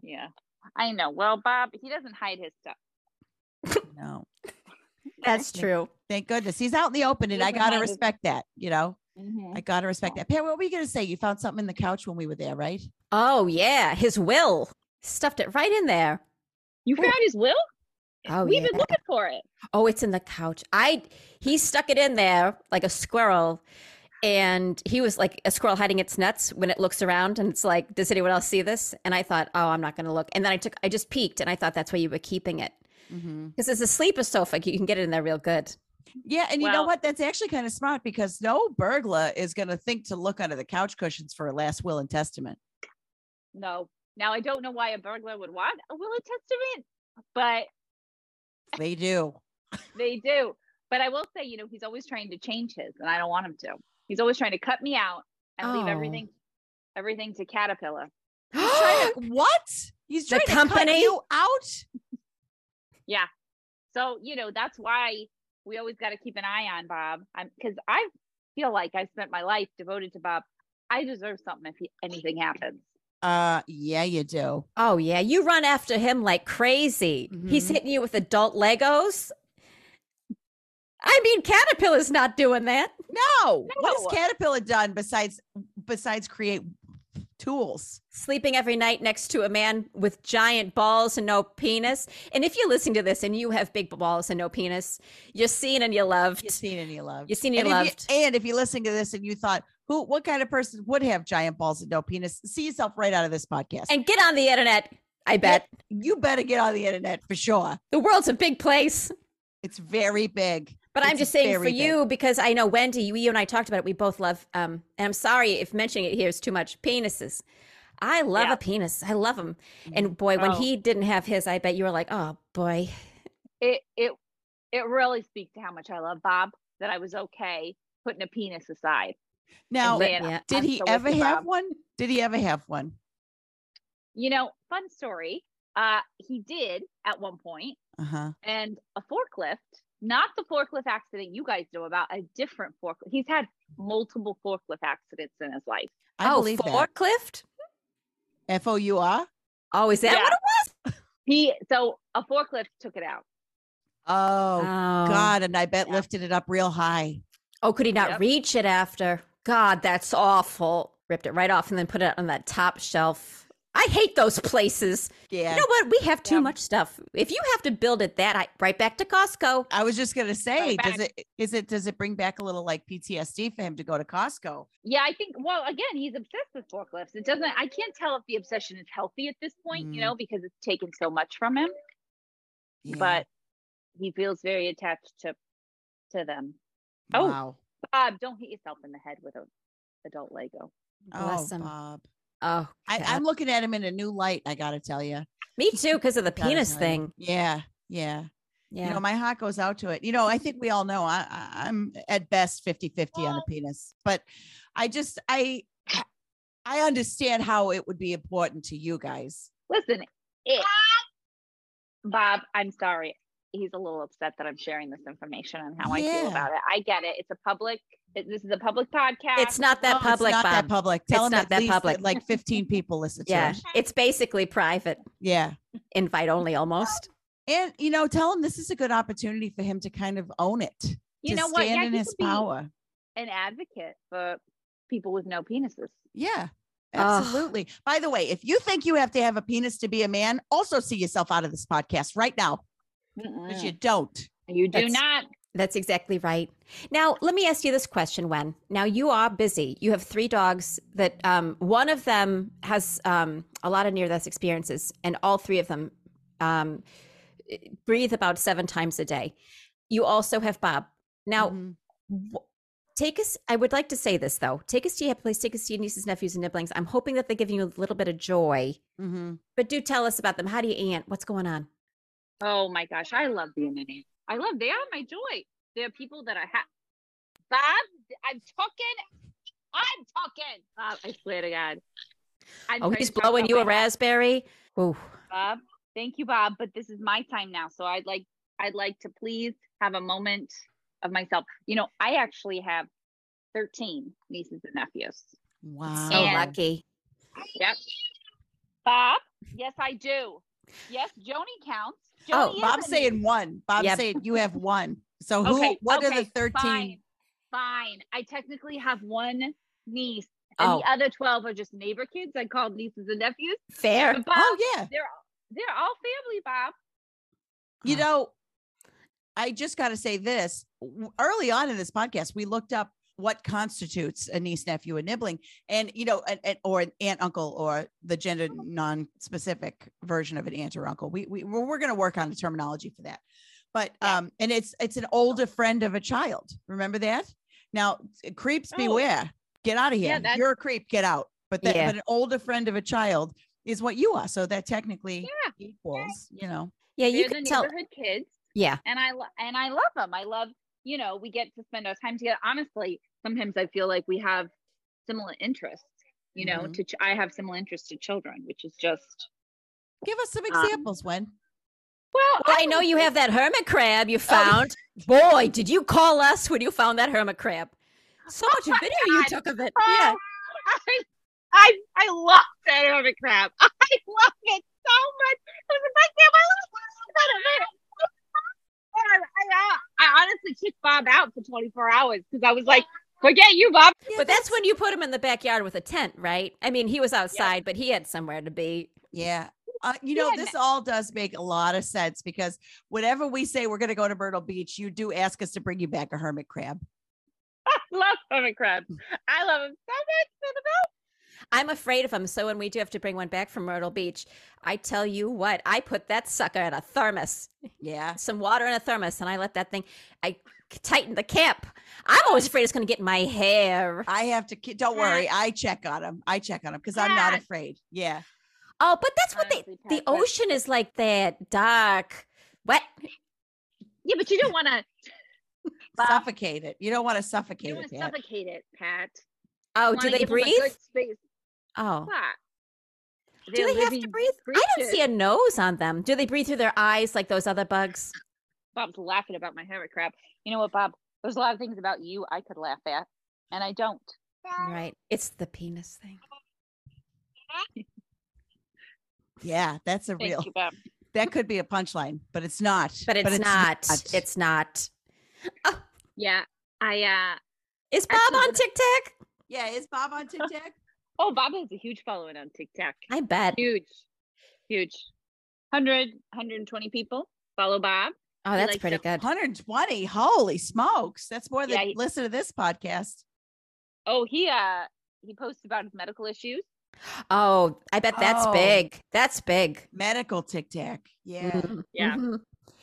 Yeah, I know. Well, Bob, he doesn't hide his stuff. no That's true. thank goodness he's out in the open and i Doesn't gotta mind his- respect that you know Mhm. Mm-hmm. I gotta respect that. Pat, what were you gonna say? You found something in the couch when we were there, right? Oh yeah. His will. Stuffed it right in there. You found his will. Oh We've yeah. been looking for it. Oh, it's in the couch. I he stuck it in there like a squirrel. And he was like a squirrel hiding its nuts when it looks around and it's like, does anyone else see this? And I thought, oh, I'm not gonna look. And then I took I just peeked and I thought that's where you were keeping it. Mhm. Because it's a sleeper sofa, you can get it in there real good. Yeah, and you know Well- what? That's actually kind of smart because no burglar is going to think to look under the couch cushions for a last will and testament. No. Now I don't know why a burglar would want a will and testament, but [gasps] They do. they do. But I will say, you know, he's always trying to change his, and I don't want him to. He's always trying to cut me out and Oh. leave everything, everything to Caterpillar. He's trying to, what? He's The trying to cut company? you out. So you know that's why we always got to keep an eye on Bob. I'm because I feel like I spent my life devoted to Bob. I deserve something if he, anything happens. Uh, yeah, you do. Oh yeah, you run after him like crazy. He's Mhm. hitting you with adult Legos. I mean, Caterpillar's not doing that. No, what No. has Caterpillar done besides besides create tools? Sleeping every night next to a man with giant balls and no penis. And if you're listening to this and you have big balls and no penis, you're seen and you're loved. You've seen any love? You're seen and and, you're If loved. you, and if you're listening to this and you thought, who, what kind of person would have giant balls and no penis? See yourself right out of this podcast. and get on the internet. I bet you better get on the internet for sure. the world's a big place. It's very big. But I'm It's just saying for very big. you because I know Wendy, you, you and I talked about it. We both love, um, and I'm sorry if mentioning it here is too much. Penises. I love Yeah. a penis. I love them. Mm-hmm. And boy, when Oh. he didn't have his, I bet you were like, oh boy. It it it really speaks to how much I love Bob that I was okay putting a penis aside. Now, Exactly. But, man, yeah. did I'm he so with ever you, have Bob. one? Did he ever have one? You know, fun story. Uh, he did at one point, Uh huh. and a forklift, not the forklift accident you guys know about, a different forklift. He's had multiple forklift accidents in his life. I oh, believe that. forklift? F O U R. Oh, is that Yeah. what it was? He so a forklift took it out. Oh, Oh. God. And I bet Yeah. lifted it up real high. Oh, could he not Yep. reach it after? God, that's awful. Ripped it right off and then put it on that top shelf. I hate those places. Yeah. You know what? We have too Yeah. much stuff. If you have to build it that I, right back to Costco. I was just gonna say, does back. it is it does it bring back a little like PTSD for him to go to Costco? Yeah, I think. Well, again, he's obsessed with forklifts. It doesn't. I can't tell if the obsession is healthy at this point. Mm. You know, because it's taken so much from him. Yeah. But he feels very attached to to them. oh. wow. Bob, don't hit yourself in the head with a adult Lego. Bless oh, him. Bob. Oh, I, God. I'm looking at him in a new light. I gotta tell you, me too, because of the penis thing. Yeah, yeah. Yeah. You know, my heart goes out to it. You know, I think we all know I, I, I'm at best 50 50 on the penis, but I just, I, I understand how it would be important to you guys. Listen, it, Bob, I'm sorry. He's a little upset that I'm sharing this information and how I Yeah. feel about it. I get it. It's a public. It, this is a public podcast. it's not No, that it's public, not Bob. that public. Tell It's them not at that least public. like 15 people listen yeah. to it. It's basically private, Yeah. invite only almost. And, you know, tell him this is a good opportunity for him to kind of own it, you to know what? stand Yeah, in he his could be power. an advocate for people with no penises. Yeah. Ugh. Absolutely. By the way, if you think you have to have a penis to be a man, also see yourself out of this podcast right now because you Mm-mm. don't. You do That's- not. That's exactly right. Now, let me ask you this question, Wen. Now, you are busy. You have three dogs that um, one of them has um, a lot of near death experiences, and all three of them um, breathe about seven times a day. You also have Bob. Now, Mhm. Mm-hmm. Wh- Take us. I would like to say this though. Take us to your happy place. Take us to your nieces, nephews, and nibblings. I'm hoping that they're giving you a little bit of joy. Mm-hmm. But do tell us about them. How do you aunt? What's going on? Oh my gosh, I love being an aunt. I love. They are my joy. They're people that I have. Bob, I'm talking. I'm talking. Bob, I swear to God. I'm oh, trying he's to talk blowing about you a my- raspberry. Ooh. Bob, thank you, Bob. But this is my time now, so I'd like I'd like to please have a moment of myself. You know, I actually have 13 nieces and nephews. Wow. So And- lucky. Yep. Bob, yes, I do. Yes, Joni counts. Oh, Joni is Bob's a saying one. Bob's Yep. saying you have one. So who? Okay, what are the okay, thirteen? Fine, fine. I technically have one niece, and Oh. the other twelve are just neighbor kids. I called nieces and nephews. Fair. But Bob, Oh yeah. they're they're all family, Bob. You Oh. Uh-huh. know, I just got to say this. W- Early on in this podcast, we looked up what constitutes a niece, nephew, and nibbling, and you know, an, an- or an aunt, uncle, or the gender Uh-huh. non-specific version of an aunt or uncle. We we we're, we're going to work on the terminology for that, but Yeah. um, and it's it's an older friend of a child. Remember that? Now, creeps Oh. beware. Get out of Yeah, here. that's- You're a creep. Get out. But that, Yeah. but an older friend of a child is what you are. So that technically Yeah. equals, you know. Yeah, you They're the can tell. neighborhood kids. Yeah. and I lo- and I love them. I love you know we get to spend our time together. Honestly, sometimes I feel like we have similar interests. You Mm-hmm. know, Mhm. to ch- I have similar interests to children, which is just Give us some Um, examples, Wen. well. Well, I know don't you think- have that hermit crab you found. Boy, did you call us when you found that hermit crab? So much my video you God. took of it. Oh, Yeah. [laughs] I, I I love that hermit crab. [laughs] I love it so much. It was like, yeah, my little- I, I, I honestly kicked Bob out for 24 hours because I was like, forget you, Bob. [laughs] but that's when you put him in the backyard with a tent, right? I mean, he was outside, but he had somewhere to be. Yeah. Uh, you know, Yeah, this all does make a lot of sense because whenever we say we're going to go to Myrtle Beach, you do ask us to bring you back a hermit crab. love hermit crabs. I love them so much. They're the best. I'm afraid of him. So when we do have to bring one back from Myrtle Beach, I tell you what, I put that sucker in a thermos, Yeah. some water in a thermos, and I let that thing, I tightened the cap. I'm always afraid it's going to get in my hair. I have to, ki- don't worry. I check on him. I check on him because I'm not Cat. afraid. Yeah. Oh, but that's what Honestly, they, the Pat, but- ocean is like that dark, wet. Yeah, but you don't want to. Bob, Suffocate it. You don't want to you suffocate don't it. want to Pat. suffocate it, Pat. Oh, You do wanna they give 'em a breathe? good space. Oh. But Do they're they have to living breathe? I don't see creatures. a nose on them. Do they breathe through their eyes like those other bugs? Bob's laughing about my hermit crab. You know what, Bob? There's a lot of things about you I could laugh at, and I don't. Uh, Right. It's the penis thing. Yeah. That's a Thank real, you, Bob. that could be a punchline, but it's not. But it's, not. It's not. Yeah, I. uh Is Bob Actually, on what- Tic Tac? yeah. Is Bob [laughs] on Tic Tac? Oh, Bob has a huge following on TikTok. I bet. Huge, huge. 100, 120 people follow Bob. Oh, he that's likes pretty to- good. [gasps] 120. Holy smokes. That's more than Yeah, he- listen to this podcast. Oh, he uh he posts about his medical issues. Oh, I bet that's Oh. big. That's big. Medical Tic Tac. Yeah. Mhm, Mm-hmm. Yeah. mhm.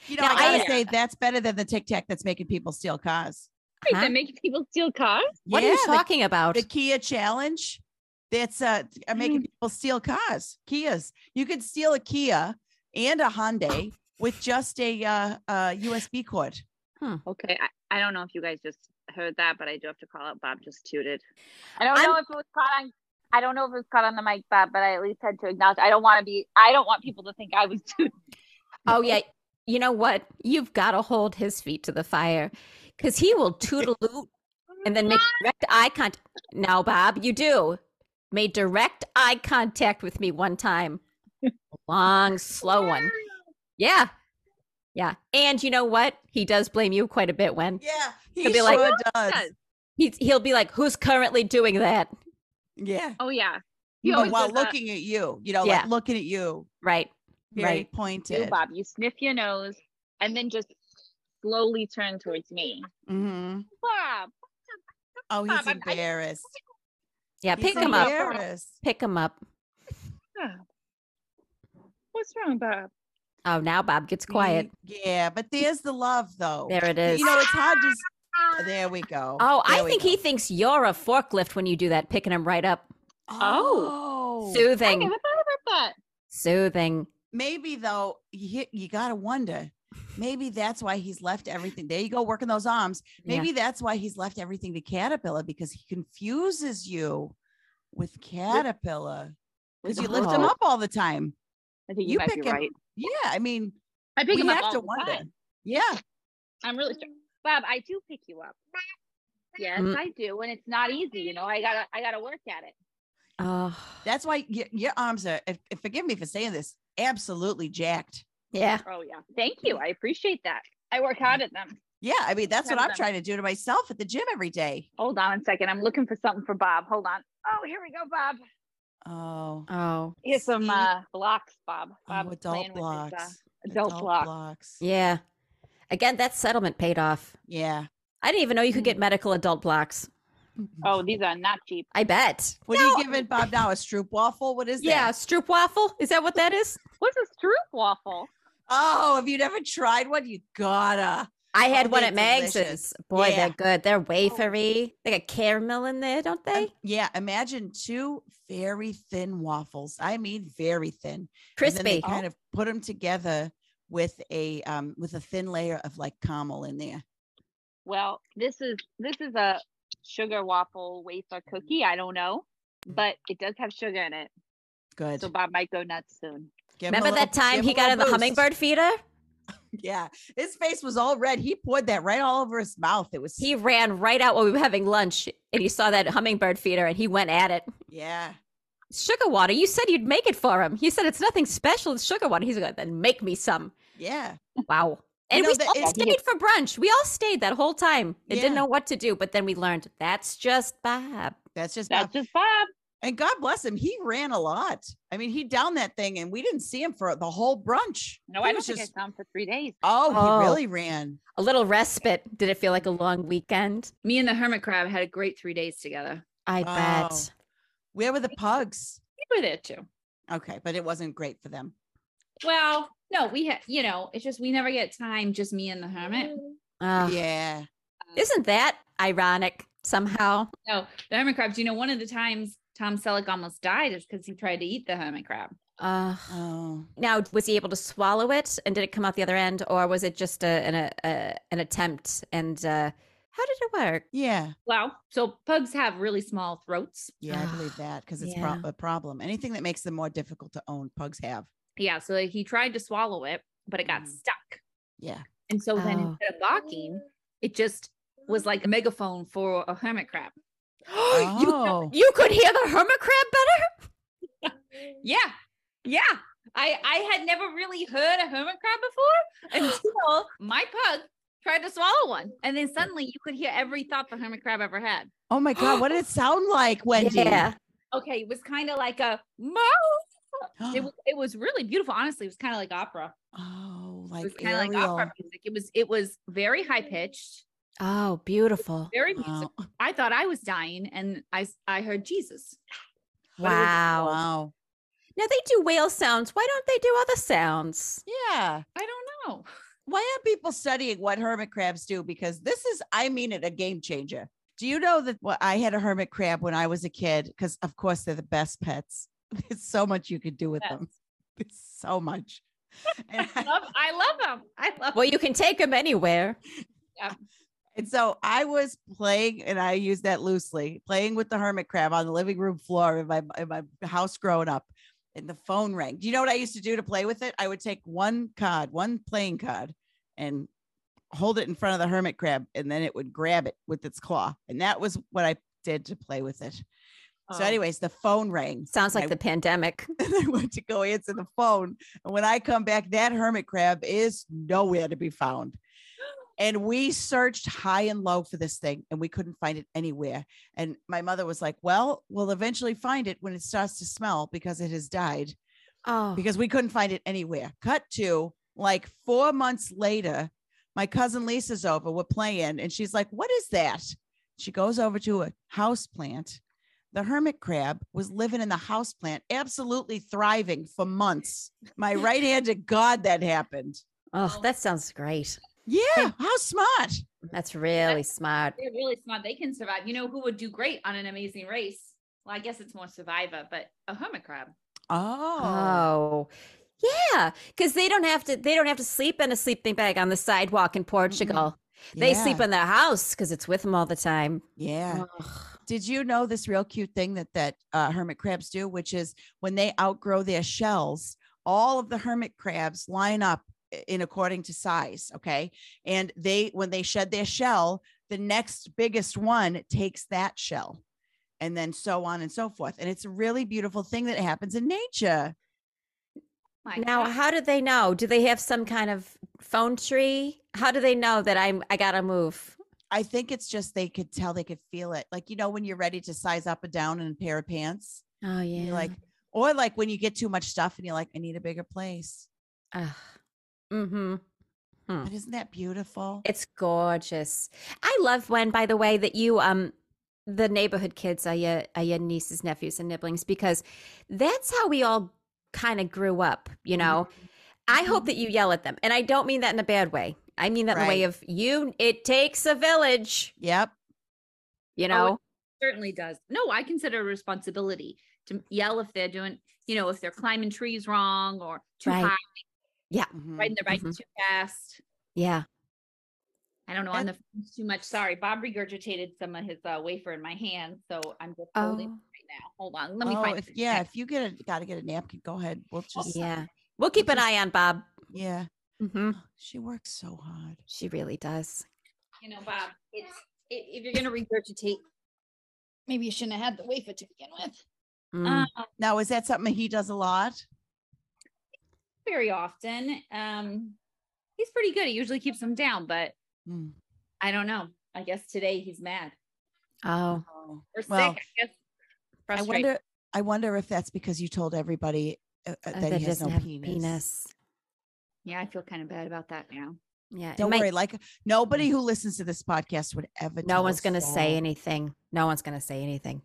You know, Now, I gotta I- say that's better than the Tic Tac that's making people steal cars. Wait, Huh? They're making people steal cars. What are Yeah, you the- talking about? The, Kia Challenge. That's uh t- are making people steal cars. Kias. You could steal a Kia and a Hyundai with just a uh, uh USB cord. Okay, I, I don't know if you guys just heard that, but I do have to call out Bob just tooted. I don't I'm- know if it was caught on. I don't know if it was caught on the mic, Bob, but I at least had to acknowledge. I don't want to be. I don't want people to think I was [laughs] tooted. Oh yeah. You know what? You've got to hold his feet to the fire because he will toodaloo and [laughs] then make direct eye contact. Now, Bob, you do. Made direct eye contact with me one [laughs] time. Long, slow one. Yeah. Yeah. And you know what? He does blame you quite a bit when Yeah, he Could be like- does. does. he's, he'll be like, Who's currently doing that? Yeah. Oh yeah, You He know, always while does that. looking at you, you know, Yeah. like looking at you, Right. very Right. you, pointed. Bob. You sniff your nose and then just slowly turn towards me. hmm Bob, Oh, he's Bob, I'm- I- embarrassed. Yeah. He's Pick him up. embarrassed. Pick him up. what's wrong, Bob? Oh, now Bob gets quiet. Yeah, but there's the love though. There it is. You know, it's hard to. s- There we go. Oh, I There we think go. he thinks you're a forklift when you do that, picking him right up. Oh, I Soothing. never thought about that. Soothing. maybe though you, you gotta wonder. Maybe that's why he's left everything. There you go, working those arms. Yeah. Maybe that's why he's left everything to Caterpillar because he confuses you with Caterpillar because you lift him Oh. up all the time. I think you, You might pick be him- right. Yeah, I mean, I pick we him up have to all the wonder. time. Yeah, I'm really sure. Bob, I do pick you up. Yes, Mm. I do, and it's not easy. You know, I gotta, I gotta work at it. Oh, that's why your, your arms are. If, if- forgive me for saying this, absolutely jacked. yeah. Oh yeah, thank you. I appreciate that. I work hard at them. Yeah, I mean that's what Depends I'm on- trying to do to myself at the gym every day. Hold on a second. I'm looking for something for Bob. Hold on. Oh, here we go, Bob. Oh, Oh, Here's some See? uh, blocks, Bob. Bob oh was adult playing with his, uh, blocks. adult, blocks. yeah. Again, that settlement paid off. Yeah. Mm. I didn't even know you could get medical adult blocks. Oh, these are not cheap. I bet. What No. are you giving Bob now? A stroop waffle? What is that? Yeah, stroop waffle. Is that what that is? What's a stroop waffle? Oh, have you never tried one? You gotta. I had Oh, one they're at Meg's. delicious. and Boy, Yeah. Oh. they're good. They're wafery. They got caramel in there, don't Um, they? yeah, imagine two very thin waffles. I mean, very thin. And then Crispy. they kind of put them together with a um with a thin layer of like caramel in there. Well, this is this is a sugar waffle wafer cookie. I don't know, but it does have sugar in it. Good. So Bob might go nuts soon. Give 'em a Remember little- that time give he 'em a got in the little boost. hummingbird feeder? Yeah, his face was all red. He poured that right all over his mouth. It was He ran right out while we were having lunch and he saw that hummingbird feeder and he went at it. yeah. Sugar water. You said you'd make it for him. He said it's nothing special. It's sugar water. He's like, then make me some. Yeah. Wow. And know, we the- all it- stayed for brunch. We all stayed that whole time. They Yeah. didn't know what to do, but then we learned that's just Bob. That's just That's Bob. just Bob. and God bless him. He ran a lot. I mean, he downed that thing and we didn't see him for the whole brunch. No, He I don't was think just I saw him for three days. Oh, Oh. he really ran. A little respite. Did it feel like a long weekend? Me and the hermit crab had a great three days together. I bet. Oh. Where were the pugs? We were there too. Okay, but it wasn't great for them. Well, no, we had, you know, it's just we never get time, just me and the hermit. Ah, yeah. Isn't that ironic somehow? No, the hermit crabs, you know, one of the times Tom Selleck almost died is because he tried to eat the hermit crab. Uh, Oh. now, was he able to swallow it, and did it come out the other end, or was it just a, an a, a, an attempt? And uh, how did it work? Yeah. Well, so pugs have really small throats. Yeah, I believe that because it's Yeah. pro- a problem. Anything that makes them more difficult to own, pugs have. Yeah. So he tried to swallow it, but it got Mm. stuck. Yeah. And so then Mm-hmm. Oh. instead of barking, it just was like a megaphone for a hermit crab. Oh. [gasps] You could hear the hermit crab better. Yeah. Yeah. I, I had never really heard a hermit crab before [gasps] until my pug tried to swallow one. And then suddenly you could hear every thought the hermit crab ever had. Oh my God. What did it sound like, [gasps] Wendy? [gasps] Yeah. Okay. It was kind of like a moo. [gasps] It, was- it was really beautiful. Honestly, it was kind of like opera. Oh, It like was kind of like "Ah, Ariel. [laughs] opera music. It was it was very high pitched, Oh, beautiful. very musical. Wow. I thought I was dying, and I s- I heard Jesus. Wow. Wow. Now they do whale sounds. Why don't they do other sounds? Yeah. I don't know. Why are people studying what hermit crabs do? Because this is, I mean it, a game changer. Do you know that well, I had a hermit crab when I was a kid? Because of course they're the best pets. [laughs] There's so much you could do with them. There's so much. And I- Love, I love him. I love. Well, you can take them anywhere. And so I was playing, and I use that loosely, playing with the hermit crab on the living room floor in my in my house growing up. And the phone rang. Do you know what I used to do to play with it? I would take one card, one playing card, and hold it in front of the hermit crab, and then it would grab it with its claw. And that was what I did to play with it. So, anyways, the phone rang. Sounds like I- the pandemic. [laughs] And I went to go answer the phone. And when I come back, that hermit crab is nowhere to be found. And we searched high and low for this thing and we couldn't find it anywhere. And my mother was like, Well, we'll eventually find it when it starts to smell because it has died Oh, because we couldn't find it anywhere. Cut to like four months later, my cousin Lisa's over, we're playing, and she's like, What is that? She goes over to a house plant. The hermit crab was living in the house plant, absolutely thriving for months. My right hand to God that happened. oh, that sounds great. Yeah, how smart. That's really smart. They're really smart. They can survive. You know who would do great on an amazing race? Well, I guess it's more Survivor, but a hermit crab. Oh, Oh. Yeah, because they don't have to. They don't have to sleep in a sleeping bag on the sidewalk in Portugal. They sleep yeah, in their house because it's with them all the time. Yeah. Ugh. Did you know this real cute thing that that uh, hermit crabs do, which is when they outgrow their shells, all of the hermit crabs line up i- in according to size. Okay, and they when they shed their shell, the next biggest one takes that shell, and then so on and so forth. And it's a really beautiful thing that happens in nature. My Now, God. how do they know? Do they have some kind of phone tree? How do they know that I'm? I gotta move. I think it's just they could tell, they could feel it, like you know when you're ready to size up and down in a pair of pants, Oh and yeah. you're like, or like when you get too much stuff and you're like, I need a bigger place. mm-hmm. But isn't that beautiful? It's gorgeous. I love when, by the way, that you um the neighborhood kids are your are your nieces, nephews, and nibblings because that's how we all kind of grew up. You know, I hope that you yell at them, and I don't mean that in a bad way. I mean that in the way Right. of you. It takes a village. Yep. You Oh, it- know, certainly does. No, I consider it a responsibility to yell if they're doing, you know, if they're climbing trees wrong or too Right. high, Mhm. riding their bike Mhm. too fast. yeah. I don't know. on the phone's too much. Sorry, Bob regurgitated some of his uh, wafer in my hand, so I'm just holding it Oh, right now. Hold on, let me Oh, find. if, it. yeah. If you get a, got to get a napkin, go ahead. We'll just, yeah. Oh, yeah. Mm-hmm. We'll keep an eye on Bob. hmm [gasps] She works so hard. She really does. You know, Bob, it's if, if you're gonna regurgitate, maybe you shouldn't have had the wafer to begin with. Mm. Um, Now, is that something he does a lot? very often, um, he's pretty good. He usually keeps them down, but Mm. I don't know. I guess today he's mad oh, Oh. or sick. Well, I guess I frustrated. wonder. I wonder if that's because you told everybody uh, uh, uh, that he has doesn't no have penis. penis. yeah, I feel kind of bad about that now. Yeah. it Don't might- Mm. worry. Like nobody who listens to this podcast would ever. No tell one's us going to say that. anything. No one's going to say anything.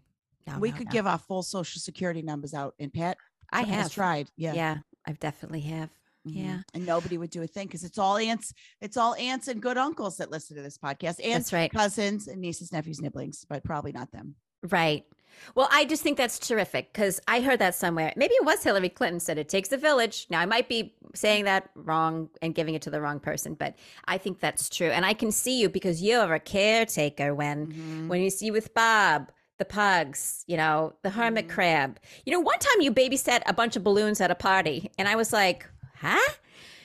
No, we no, could no. give our full social security numbers out, and Pat I has have. tried. Yeah. Yeah. I definitely have. Mhm. yeah. And nobody would do a thing because it's all aunts, it's all aunts and good uncles that listen to this podcast. Aunts, That's right. cousins, and nieces, nephews, nibblings, but probably not them. Right. Well, I just think that's terrific because I heard that somewhere. Maybe it was Hillary Clinton said it takes a village. Now I might be saying that wrong and giving it to the wrong person, but I think that's true. And I can see you because you're a caretaker when Mhm. when you see with Bob, the pugs, you know, the hermit Mhm. crab. You know, one time you babysat a bunch of balloons at a party, and I was like, huh?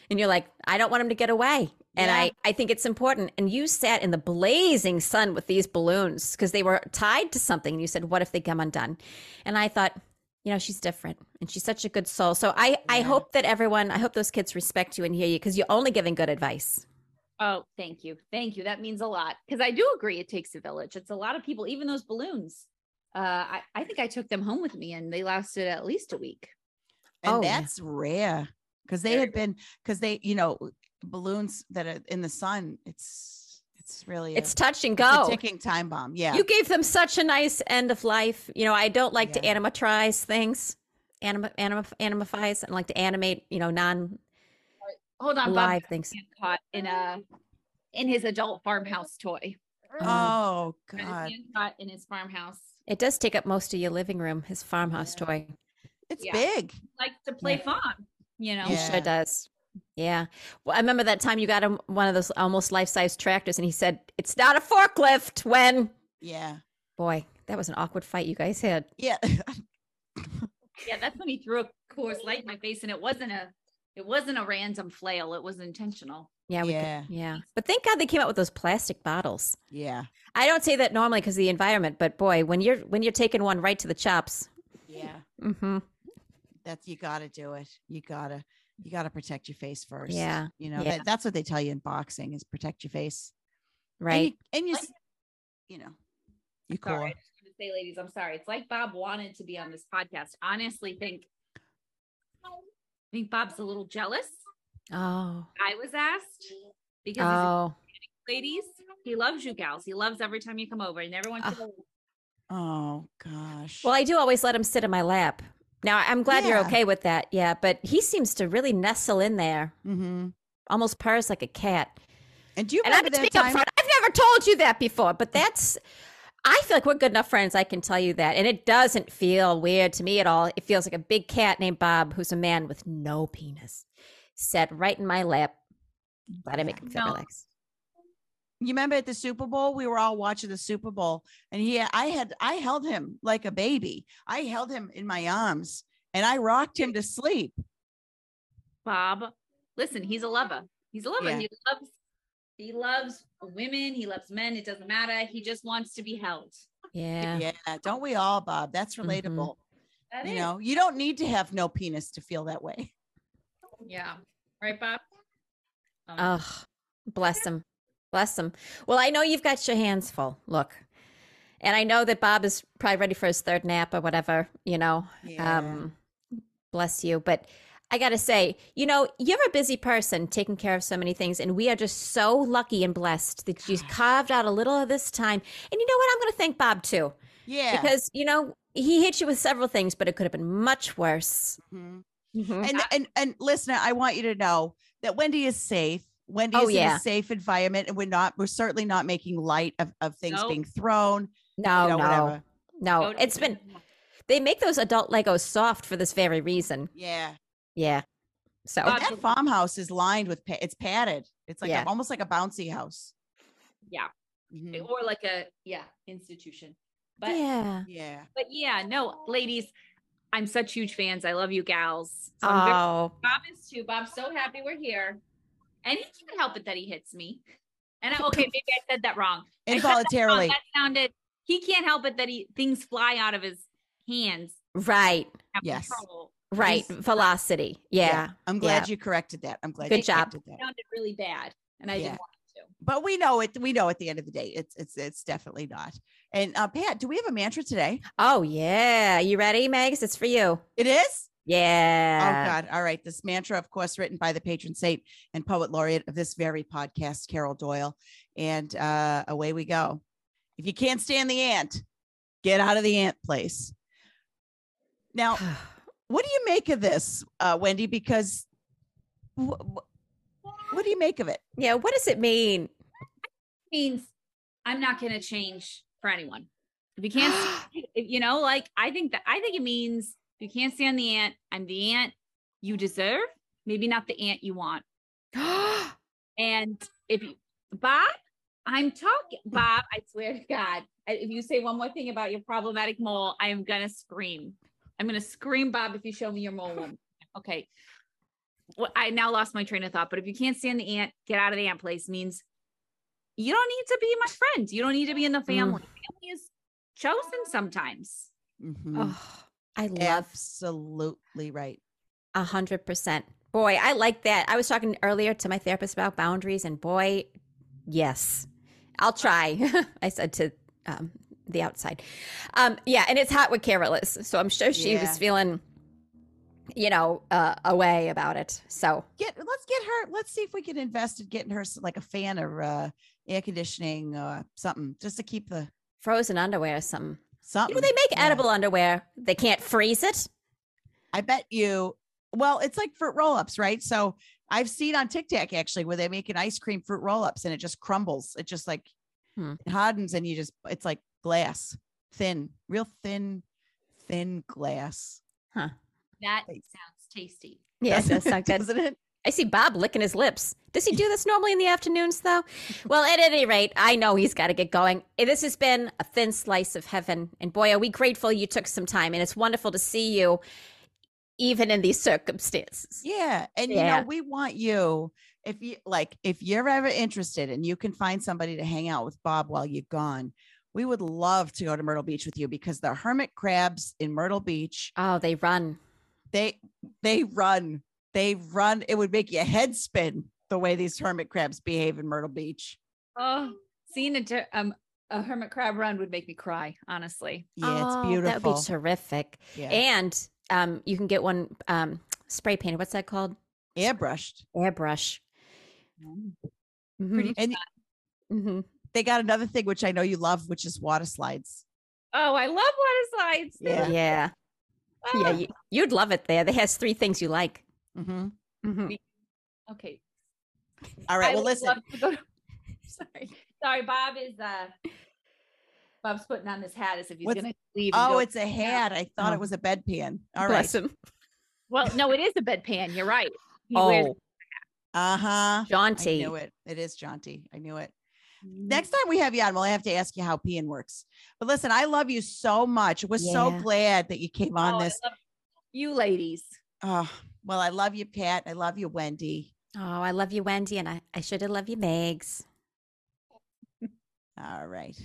And you're like, I don't want him to get away. And Yeah. I, I think it's important. And you sat in the blazing sun with these balloons because they were tied to something. And you said, What if they come undone? And I thought, you know, she's different and she's such a good soul. So I, I Yeah. hope that everyone, I hope those kids respect you and hear you because you're only giving good advice. Oh, thank you. Thank you. That means a lot. Because I do agree it takes a village. It's a lot of people, even those balloons. Uh, I, I think I took them home with me and they lasted at least a week. And Oh, yeah. that's rare because they Very had been, because they, you know, balloons that are in the sun, it's, it's really, It's touch and a, it's go. a ticking time bomb. Yeah. You gave them such a nice end of life. You know, I don't like to Yeah. animatize things, anima, anima, animifies. I like to animate, you know, non Hold on, alive Bob things. got caught in a in his adult farmhouse toy. Oh, oh, Got his God. hand Caught in his farmhouse. it does take up most of your living room, his farmhouse Yeah. toy. It's Yeah. big. Like to play farm, you know. He Yeah. sure does. Yeah. Well, I remember that time you got him one of those almost life size tractors and he said, It's not a forklift when. Yeah. Boy, that was an awkward fight you guys had. Yeah. [laughs] Yeah, that's when he threw a course light in my face and it wasn't a it wasn't a random flail. It was intentional. Yeah. We Yeah. Could, yeah. But thank God they came out with those plastic bottles. yeah. I don't say that normally because of the environment, but boy, when you're when you're taking one right to the chops, Yeah. Mm-hmm. That's, you got to do it. You got to, you got to protect your face first. Yeah. You know, Yeah. that, that's what they tell you in boxing is protect your face. And Right. you, and you, Like- s- you know, you Sorry, core. I just wanted to say, ladies, I'm sorry. It's like Bob wanted to be on this podcast. Honestly, think I think Bob's a little jealous. Oh. I was asked because he's like, Oh. ladies, he loves you gals. He loves every time you come over, and everyone. Ah. says, Oh gosh. Well, I do always let him sit in my lap. Now I'm glad you're Yeah. okay with that. Yeah, but he seems to really nestle in there, hmm almost purrs like a cat. And do you And I'm remember gonna that speak up time? front. I've never told you that before, but that's. I feel like we're good enough friends. I can tell you that, and it doesn't feel weird to me at all. It feels like a big cat named Bob, who's a man with no penis, sat right in my lap. Glad I Yeah. make him feel No. relaxed. You remember at the Super Bowl, we were all watching the Super Bowl, and he, I had, I held him like a baby. I held him in my arms, and I rocked him to sleep. Bob, listen, he's a lover. He's a lover. Yeah. He loves. He loves women. He loves men. It doesn't matter. He just wants to be held. Yeah. Yeah, don't we all, Bob? That's Mhm. relatable. That You is- know, you don't need to have no penis to feel that way. Yeah. Right, Bob. Um, Oh, bless him. Bless him. Well, I know you've got your hands full. Look. And I know that Bob is probably ready for his third nap or whatever, you know. Um bless you, but I got to say, you know, you're a busy person taking care of so many things. And we are just so lucky and blessed that you carved out a little of this time. And you know what? I'm going to thank Bob too, Yeah. because, you know, he hit you with several things, but it could have been much worse. Mhm. Mm-hmm. Mhm. and and and listener, I want you to know that Wendy is safe. Wendy Oh, is in yeah. a safe environment, and we're not. We're certainly not making light of, of things Nope. being thrown. No, you know, Oh, no, whatever. no. Go to- Oh, It's been, they make those adult Legos soft for this very reason. Yeah, Yeah. So, Bob- and that farmhouse is lined with. Pa- it's padded. It's like a- Yeah. almost like a bouncy house. Yeah. Mhm. or like a yeah institution. But yeah. Yeah. but yeah, no, ladies, I'm such huge fans. I love you gals. So I'm very- Ah. Oh, Bob is too. Bob's so happy we're here, and he can't help it that he hits me. And I, okay, maybe I said that wrong. I said that wrong. Involuntarily. that sounded. He can't help it that he things fly out of his hands. right. Have Yes. control. Right. Velocity. Yeah. I'm glad you corrected that. I'm glad. Good you job. corrected that. sounded really bad, and I Yeah. didn't want it to. But we know it. We know at the end of the day, it's it's it's definitely not. And uh, Pat, do we have a mantra today? Oh, yeah. You ready, Megs? It's for you. It is. Oh Yeah. God! All right, this mantra, of course, written by the patron saint and poet laureate of this very podcast, Carol Doyle. And uh, away we go. If you can't stand the ant, get out of the ant place. Now, what do you make of this, uh, Wendy? Because wh- wh- what do you make of it? [sighs] yeah. What does [gasps] it mean? means I'm not going to change for anyone. If you [gasps] can't, stand- if- you know, like I think that I think it means if you can't stand the ant. I'm the ant you deserve. Maybe not the ant you want. Oh, And if you, Bob, I'm talking, Bob, I swear to God, I- if you say one more thing about your problematic mole, I am going to scream. I'm going to scream, Bob, if you show me your mole. one. Okay. Well, I now lost my train of thought, but if you can't stand the ant, get out of the ant place means you don't need to be my friend. You don't need to be in the family. Family is chosen sometimes. Oh, I love Mm-hmm. Absolutely right. a hundred percent. Boy, I like that. I was talking earlier to my therapist about boundaries, and boy, yes, I'll try. [laughs] I said to um, the outside. Um, yeah, and it's hot with careless, so I'm sure she Yeah. was feeling, you know, uh, away about it. So Get let's get her. Let's see if we can invest in getting her s- like a fan or uh, air conditioning or something, just to keep the frozen underwear, or something. You something. know, they make Oh, yeah. edible underwear. They can't freeze it. I bet you. Well, it's like fruit roll-ups, right? So I've seen on TikTok actually where they make an ice cream fruit roll-ups and it just crumbles. It just like Hmm. it hardens and you just it's like glass, thin, real thin, thin glass. That Right. sounds tasty. Yeah, [laughs] it does Doesn't- [laughs] sound good. doesn't it? I see Bob licking his lips. Does he do this normally in the afternoons, though? Well, at any rate, I know he's got to get going. Eh, This has been a thin slice of heaven. And boy, are we grateful you took some time. And it's wonderful to see you, even in these circumstances. Yeah. And you Yeah. know, we want you if you like if you're ever interested and you can find somebody to hang out with Bob while you're gone, we would love to go to Myrtle Beach with you because the hermit crabs in Myrtle Beach Oh, they run. they they run they run it would make your head spin the way these hermit crabs behave in myrtle beach Oh, seeing a, ter- um, a hermit crab run would make me cry, honestly. yeah Oh, it's That would beautiful be terrific. yeah. And um, you can get one um, spray painted. What's that called? airbrushed Airbrush. Mm. Mm-hmm. Pretty- and hmm they got another thing which i know you love which is water slides Oh, I love water slides. They're Yeah. Yeah. Yeah. Ah. you, you'd love it there. They has three things you like. Mhm. Mhm. Oh, Okay. all right I well would listen love to [laughs] go to- sorry. Sorry, Bob is uh Bob's putting on this hat as if he's What's- gonna leave. and oh go- it's a hat i thought Oh. it was a bedpan All right. Bless him. well, Oh, no, it is a bedpan. You're right. He wears- Oh, uh-huh i jaunty. knew it it is jaunty i knew it next time we have you on, we'll have to ask you how peeing works. But listen, I love you so much. We're so Yeah. glad that you came Oh, on I this. love you [laughs] ladies. Oh, well, I love you, Pat. I love you, Wendy. Oh, I love you, Wendy, and I, I should have loved you, Megs. All right.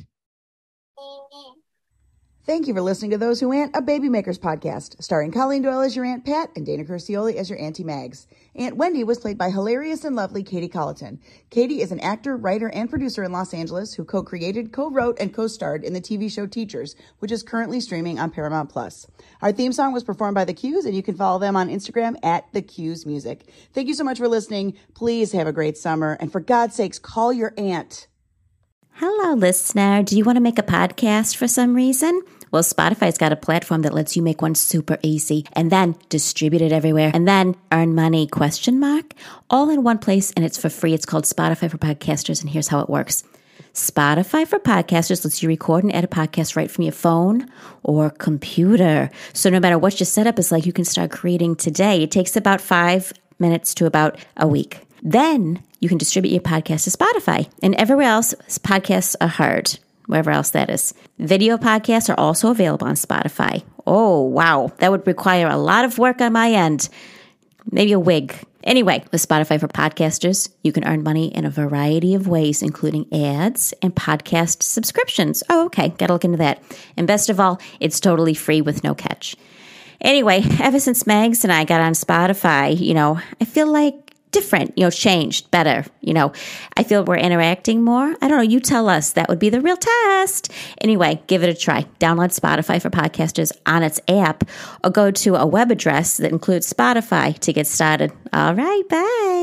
Thank you for listening to Those Who Ant, a Baby Makers podcast, starring Colleen Doyle as your Aunt Pat and Dana Curcioli as your Auntie Mags. Aunt Wendy was played by hilarious and lovely Katie Colleton. Katie is an actor, writer, and producer in Los Angeles who co-created, co-wrote, and co-starred in the TV show Teachers, which is currently streaming on Paramount Plus. Our theme song was performed by The Q's, and you can follow them on Instagram at The Q's Music. Thank you so much for listening. Please have a great summer, and for God's sakes, call your aunt. Hello, listener. Do you want to make a podcast for some reason? Well, Spotify's got a platform that lets you make one super easy and then distribute it everywhere and then earn money question mark all in one place and it's for free. It's called Spotify for Podcasters and here's how it works. Spotify for Podcasters lets you record and edit podcasts right from your phone or computer. So no matter what your setup is like, you can start creating today. It takes about 5 minutes to about a week. Then you can distribute your podcast to Spotify and everywhere else podcasts are heard, wherever else that is. Video podcasts are also available on Spotify. Oh, wow. That would require a lot of work on my end. Maybe a wig. Anyway, with Spotify for podcasters, you can earn money in a variety of ways, including ads and podcast subscriptions. Oh, okay. Gotta look into that. And best of all, it's totally free with no catch. Anyway, ever since Mags and I got on Spotify, you know, I feel like different, you know, changed, better, you know. I feel we're interacting more. I don't know, you tell us. That would be the real test. Anyway, give it a try. Download Spotify for podcasters on its app or go to a web address that includes Spotify to get started. All right, bye.